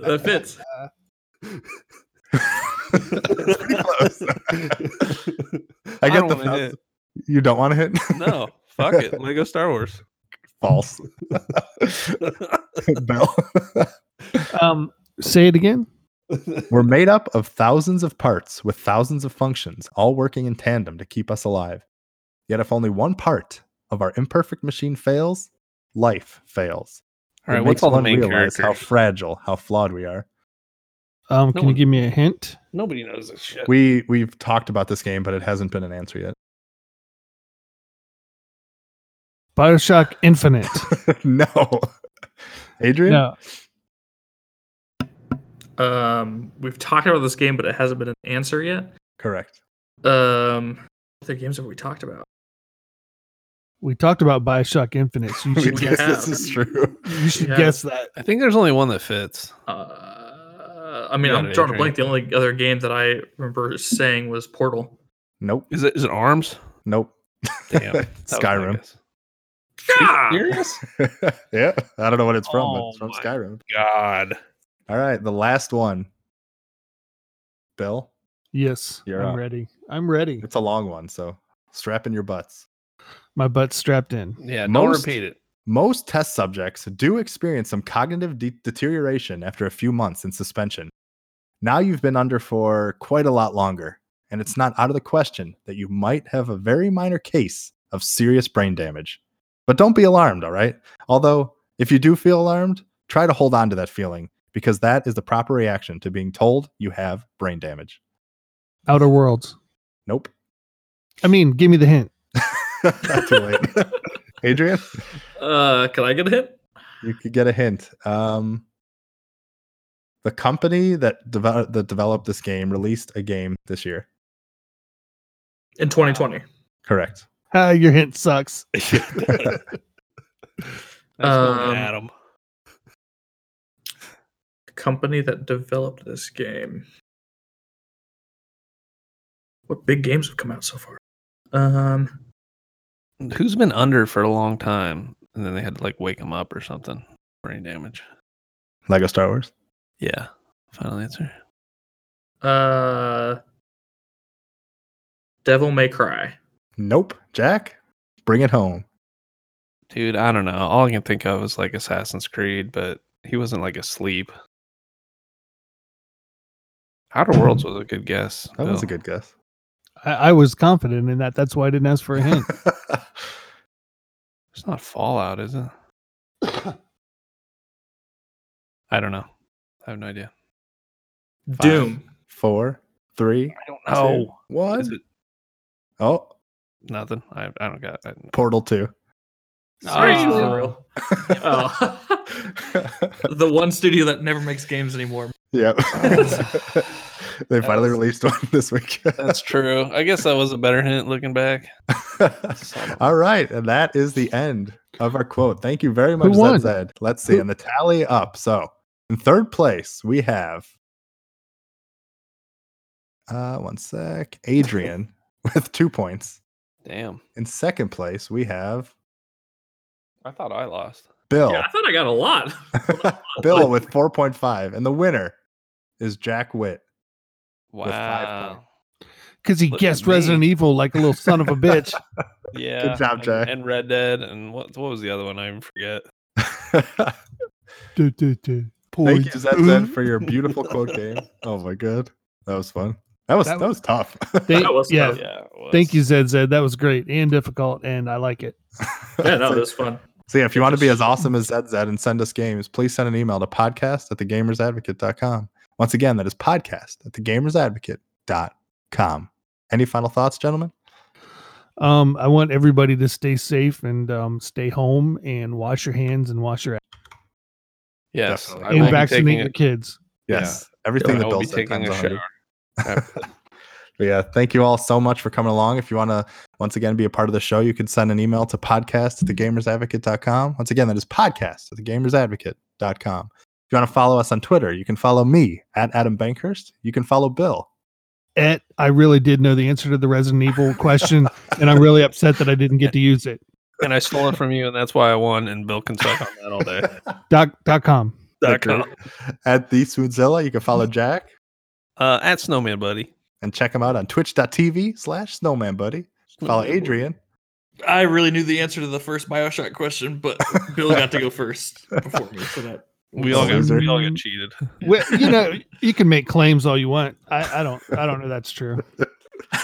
S2: that fits.
S1: It's pretty close. I get
S4: don't
S1: the
S4: wanna hit.
S1: thousand- you don't want to hit
S4: No, fuck it. Lego Star Wars.
S1: false bell.
S3: Um, say it again.
S1: We're made up of thousands of parts with thousands of functions, all working in tandem to keep us alive. Yet, if only one part of our imperfect machine fails, life fails.
S4: All
S1: It
S4: right, what's
S1: makes
S4: all the
S1: one
S4: main
S1: realize
S4: characters?
S1: how fragile, how flawed we are.
S3: Um, can you
S4: one-
S3: give me a hint?
S4: Nobody knows this shit.
S1: We we've talked about this game, but it hasn't been an answer yet.
S3: Bioshock Infinite.
S1: no, Adrian.
S3: no,
S2: Um, we've talked about this game, but it hasn't been an answer yet.
S1: Correct.
S2: Um, what other games have we talked about?
S3: we talked about Bioshock Infinite. So you
S1: We
S3: should
S1: did-
S3: guess,
S1: this is true.
S3: you should
S2: Yeah.
S3: guess that.
S4: I think there's only one that fits.
S2: Uh, I mean,
S4: Yeah,
S2: I'm drawing a
S4: Adrian.
S2: blank. The only other game that I remember saying was Portal.
S1: Nope.
S4: Is it is it Arms?
S1: Nope.
S4: Damn. that was my
S1: Skyrim.
S4: guess.
S2: God!
S4: Serious?
S1: yeah. I don't know what it's from, but it's
S4: Oh
S1: from
S4: my
S1: Skyrim.
S4: God.
S1: All right. The last one. Bill,
S3: Yes,
S1: You're
S3: I'm
S1: up.
S3: ready. I'm ready.
S1: it's a long one, so strap in your butts.
S3: My butt's strapped in.
S4: Yeah,
S1: Most-
S4: don't repeat it.
S1: Most test subjects do experience some cognitive de- deterioration after a few months in suspension. Now you've been under for quite a lot longer, and it's not out of the question that you might have a very minor case of serious brain damage. But don't be alarmed, all right? Although, if you do feel alarmed, try to hold on to that feeling because that is the proper reaction to being told you have brain damage.
S3: Outer Worlds.
S1: Nope.
S3: I mean, give me the hint.
S1: Not too late. Adrian,
S2: Uh, can I get a hit?
S1: you could get a hint. Um, the company that, devel- that developed this game released a game this year.
S2: In 2020.
S1: Correct.
S3: Ah, your hint sucks.
S4: Nice going,
S2: Um,
S4: Adam.
S2: company that developed this game. What big games have come out so far? Um,
S4: Who's been under for a long time, and then they had to like wake him up or something? Brain damage.
S1: Lego Star Wars.
S4: Yeah. Final answer.
S2: uh, Devil May Cry.
S1: Nope. Jack, bring it home.
S4: Dude, I don't know. All I can think of is like Assassin's Creed, but he wasn't like asleep. Outer Worlds was a good guess.
S1: That was a
S4: Bill.
S1: good guess.
S3: I, I was confident in that. That's why I didn't ask for a hint.
S4: It's not Fallout, is it? I don't know. I have no idea.
S2: Doom.
S1: Four, three,
S4: I don't
S1: two,
S4: Oh. Is
S1: one.
S4: it
S1: Oh,
S4: nothing? I, I don't got it.
S1: Portal 2.
S2: Seriously,
S3: Oh.
S2: real. Oh. the one studio that never makes games anymore.
S1: yep. they
S4: That
S1: finally
S4: was-
S1: released one this week.
S4: That's true. I guess that was a better hint looking back. Son of a-
S1: All right, and that is the end of our quote. Thank you very much,
S3: won?
S1: Zed. Let's see,
S3: Who-
S1: and the tally up. So in third place we have, uh, one sec, Adrian with two points.
S4: Damn.
S1: In second place we have
S4: I thought I lost.
S1: Bill.
S2: Yeah, I thought I got a lot.
S1: Bill with four point five, and the winner is Jack Witt. five
S4: Wow.
S3: Because he
S4: Look at
S3: guessed
S4: me.
S3: Resident Evil like a little son of a bitch.
S4: Yeah.
S1: job,
S4: and,
S1: Jack.
S4: And Red Dead. And what, what was the other one? I even forget.
S3: Du- du- du.
S1: Thank
S3: Points.
S1: you, Zed, Zed, for your beautiful quote game. Oh my god, that was fun. That was
S3: That
S1: that was tough.
S3: Thank-
S2: That was
S3: yeah,
S2: tough.
S4: Yeah. it was.
S3: thank you, Zed Zed. That was great and difficult, and I like it.
S2: yeah, no, that was fun.
S1: So yeah, if you want to be as awesome as ZZ and send us games, please send an email to podcast at thegamersadvocate.com. Once again, that is podcast at thegamersadvocate.com. Any final thoughts, gentlemen?
S3: Um, I want everybody to stay safe and um, stay home and wash your hands and wash your ass
S4: Yes.
S1: Definitely.
S4: I
S1: And
S4: will
S3: and
S4: be taking
S3: vaccinate your
S4: it-
S3: kids.
S1: Yes. Everything
S4: I
S1: that
S4: will
S1: Bill
S4: be
S1: said
S4: taking
S1: times
S4: a
S1: 100.
S4: shower.
S1: But yeah, thank you all so much for coming along. If you want to once again be a part of the show, you can send an email to podcast at thegamersadvocate.com. Once again, that is podcast at thegamersadvocate.com. If you want to follow us on Twitter, you can follow me at Adam Bankhurst. You can follow Bill.
S3: Et, I really did know the answer to the Resident Evil question, and I'm really upset that I didn't get to use it.
S4: and I stole it from you, and that's why I won. And Bill can suck on that all day.
S3: Doc, dot com.
S4: Dot com.
S1: At the Swoonzilla, you can follow Jack.
S4: Uh, at Snowman Buddy.
S1: and check him out on twitch.tv slash snowman buddy. Follow Adrian.
S2: I really knew the answer to the first Bioshock question, but Bill got to go first before me. So that
S4: We all got
S1: Loser.
S4: we all got cheated.
S3: Well, you know, you can make claims all you want. I, I don't. I don't know that's true.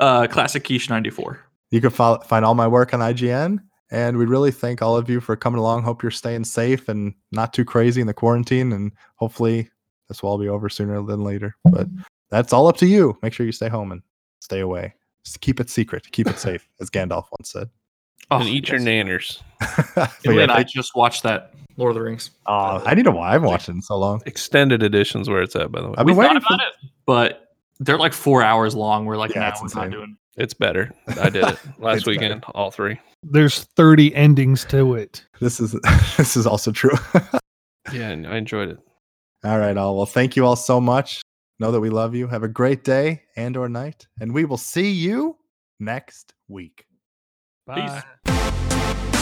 S5: uh, classic Quiche 94.
S1: You can follow, find all my work on IGN. And we really thank all of you for coming along. Hope you're staying safe and not too crazy in the quarantine. And hopefully this will all be over sooner than later. But that's all up to you. Make sure you stay home and stay away. Just keep it secret. Keep it safe, as Gandalf once said.
S5: Oh,
S4: and eat your nanners.
S1: But
S5: Emily
S1: yeah,
S5: and I
S1: thank-
S5: just watched that Lord of the Rings.
S1: Aw, I need a while. I've watched it in so long.
S4: Extended editions where it's at, by the way.
S1: I've
S5: we
S1: been
S5: thought
S1: waiting for
S5: about it, but they're like four hours long. We're like,
S1: Yeah,
S5: nah,
S1: it's
S5: we're not
S1: insane.
S5: doing
S4: It's better. I did it
S1: It's
S4: last
S1: better.
S4: weekend, all three.
S3: There's 30 endings to it.
S1: This is this is also true.
S4: Yeah, and I enjoyed it.
S1: All right, all. Well, thank you all so much. Know that we love you. Have a great day and or night, and we will see you next week.
S3: Bye.
S5: it.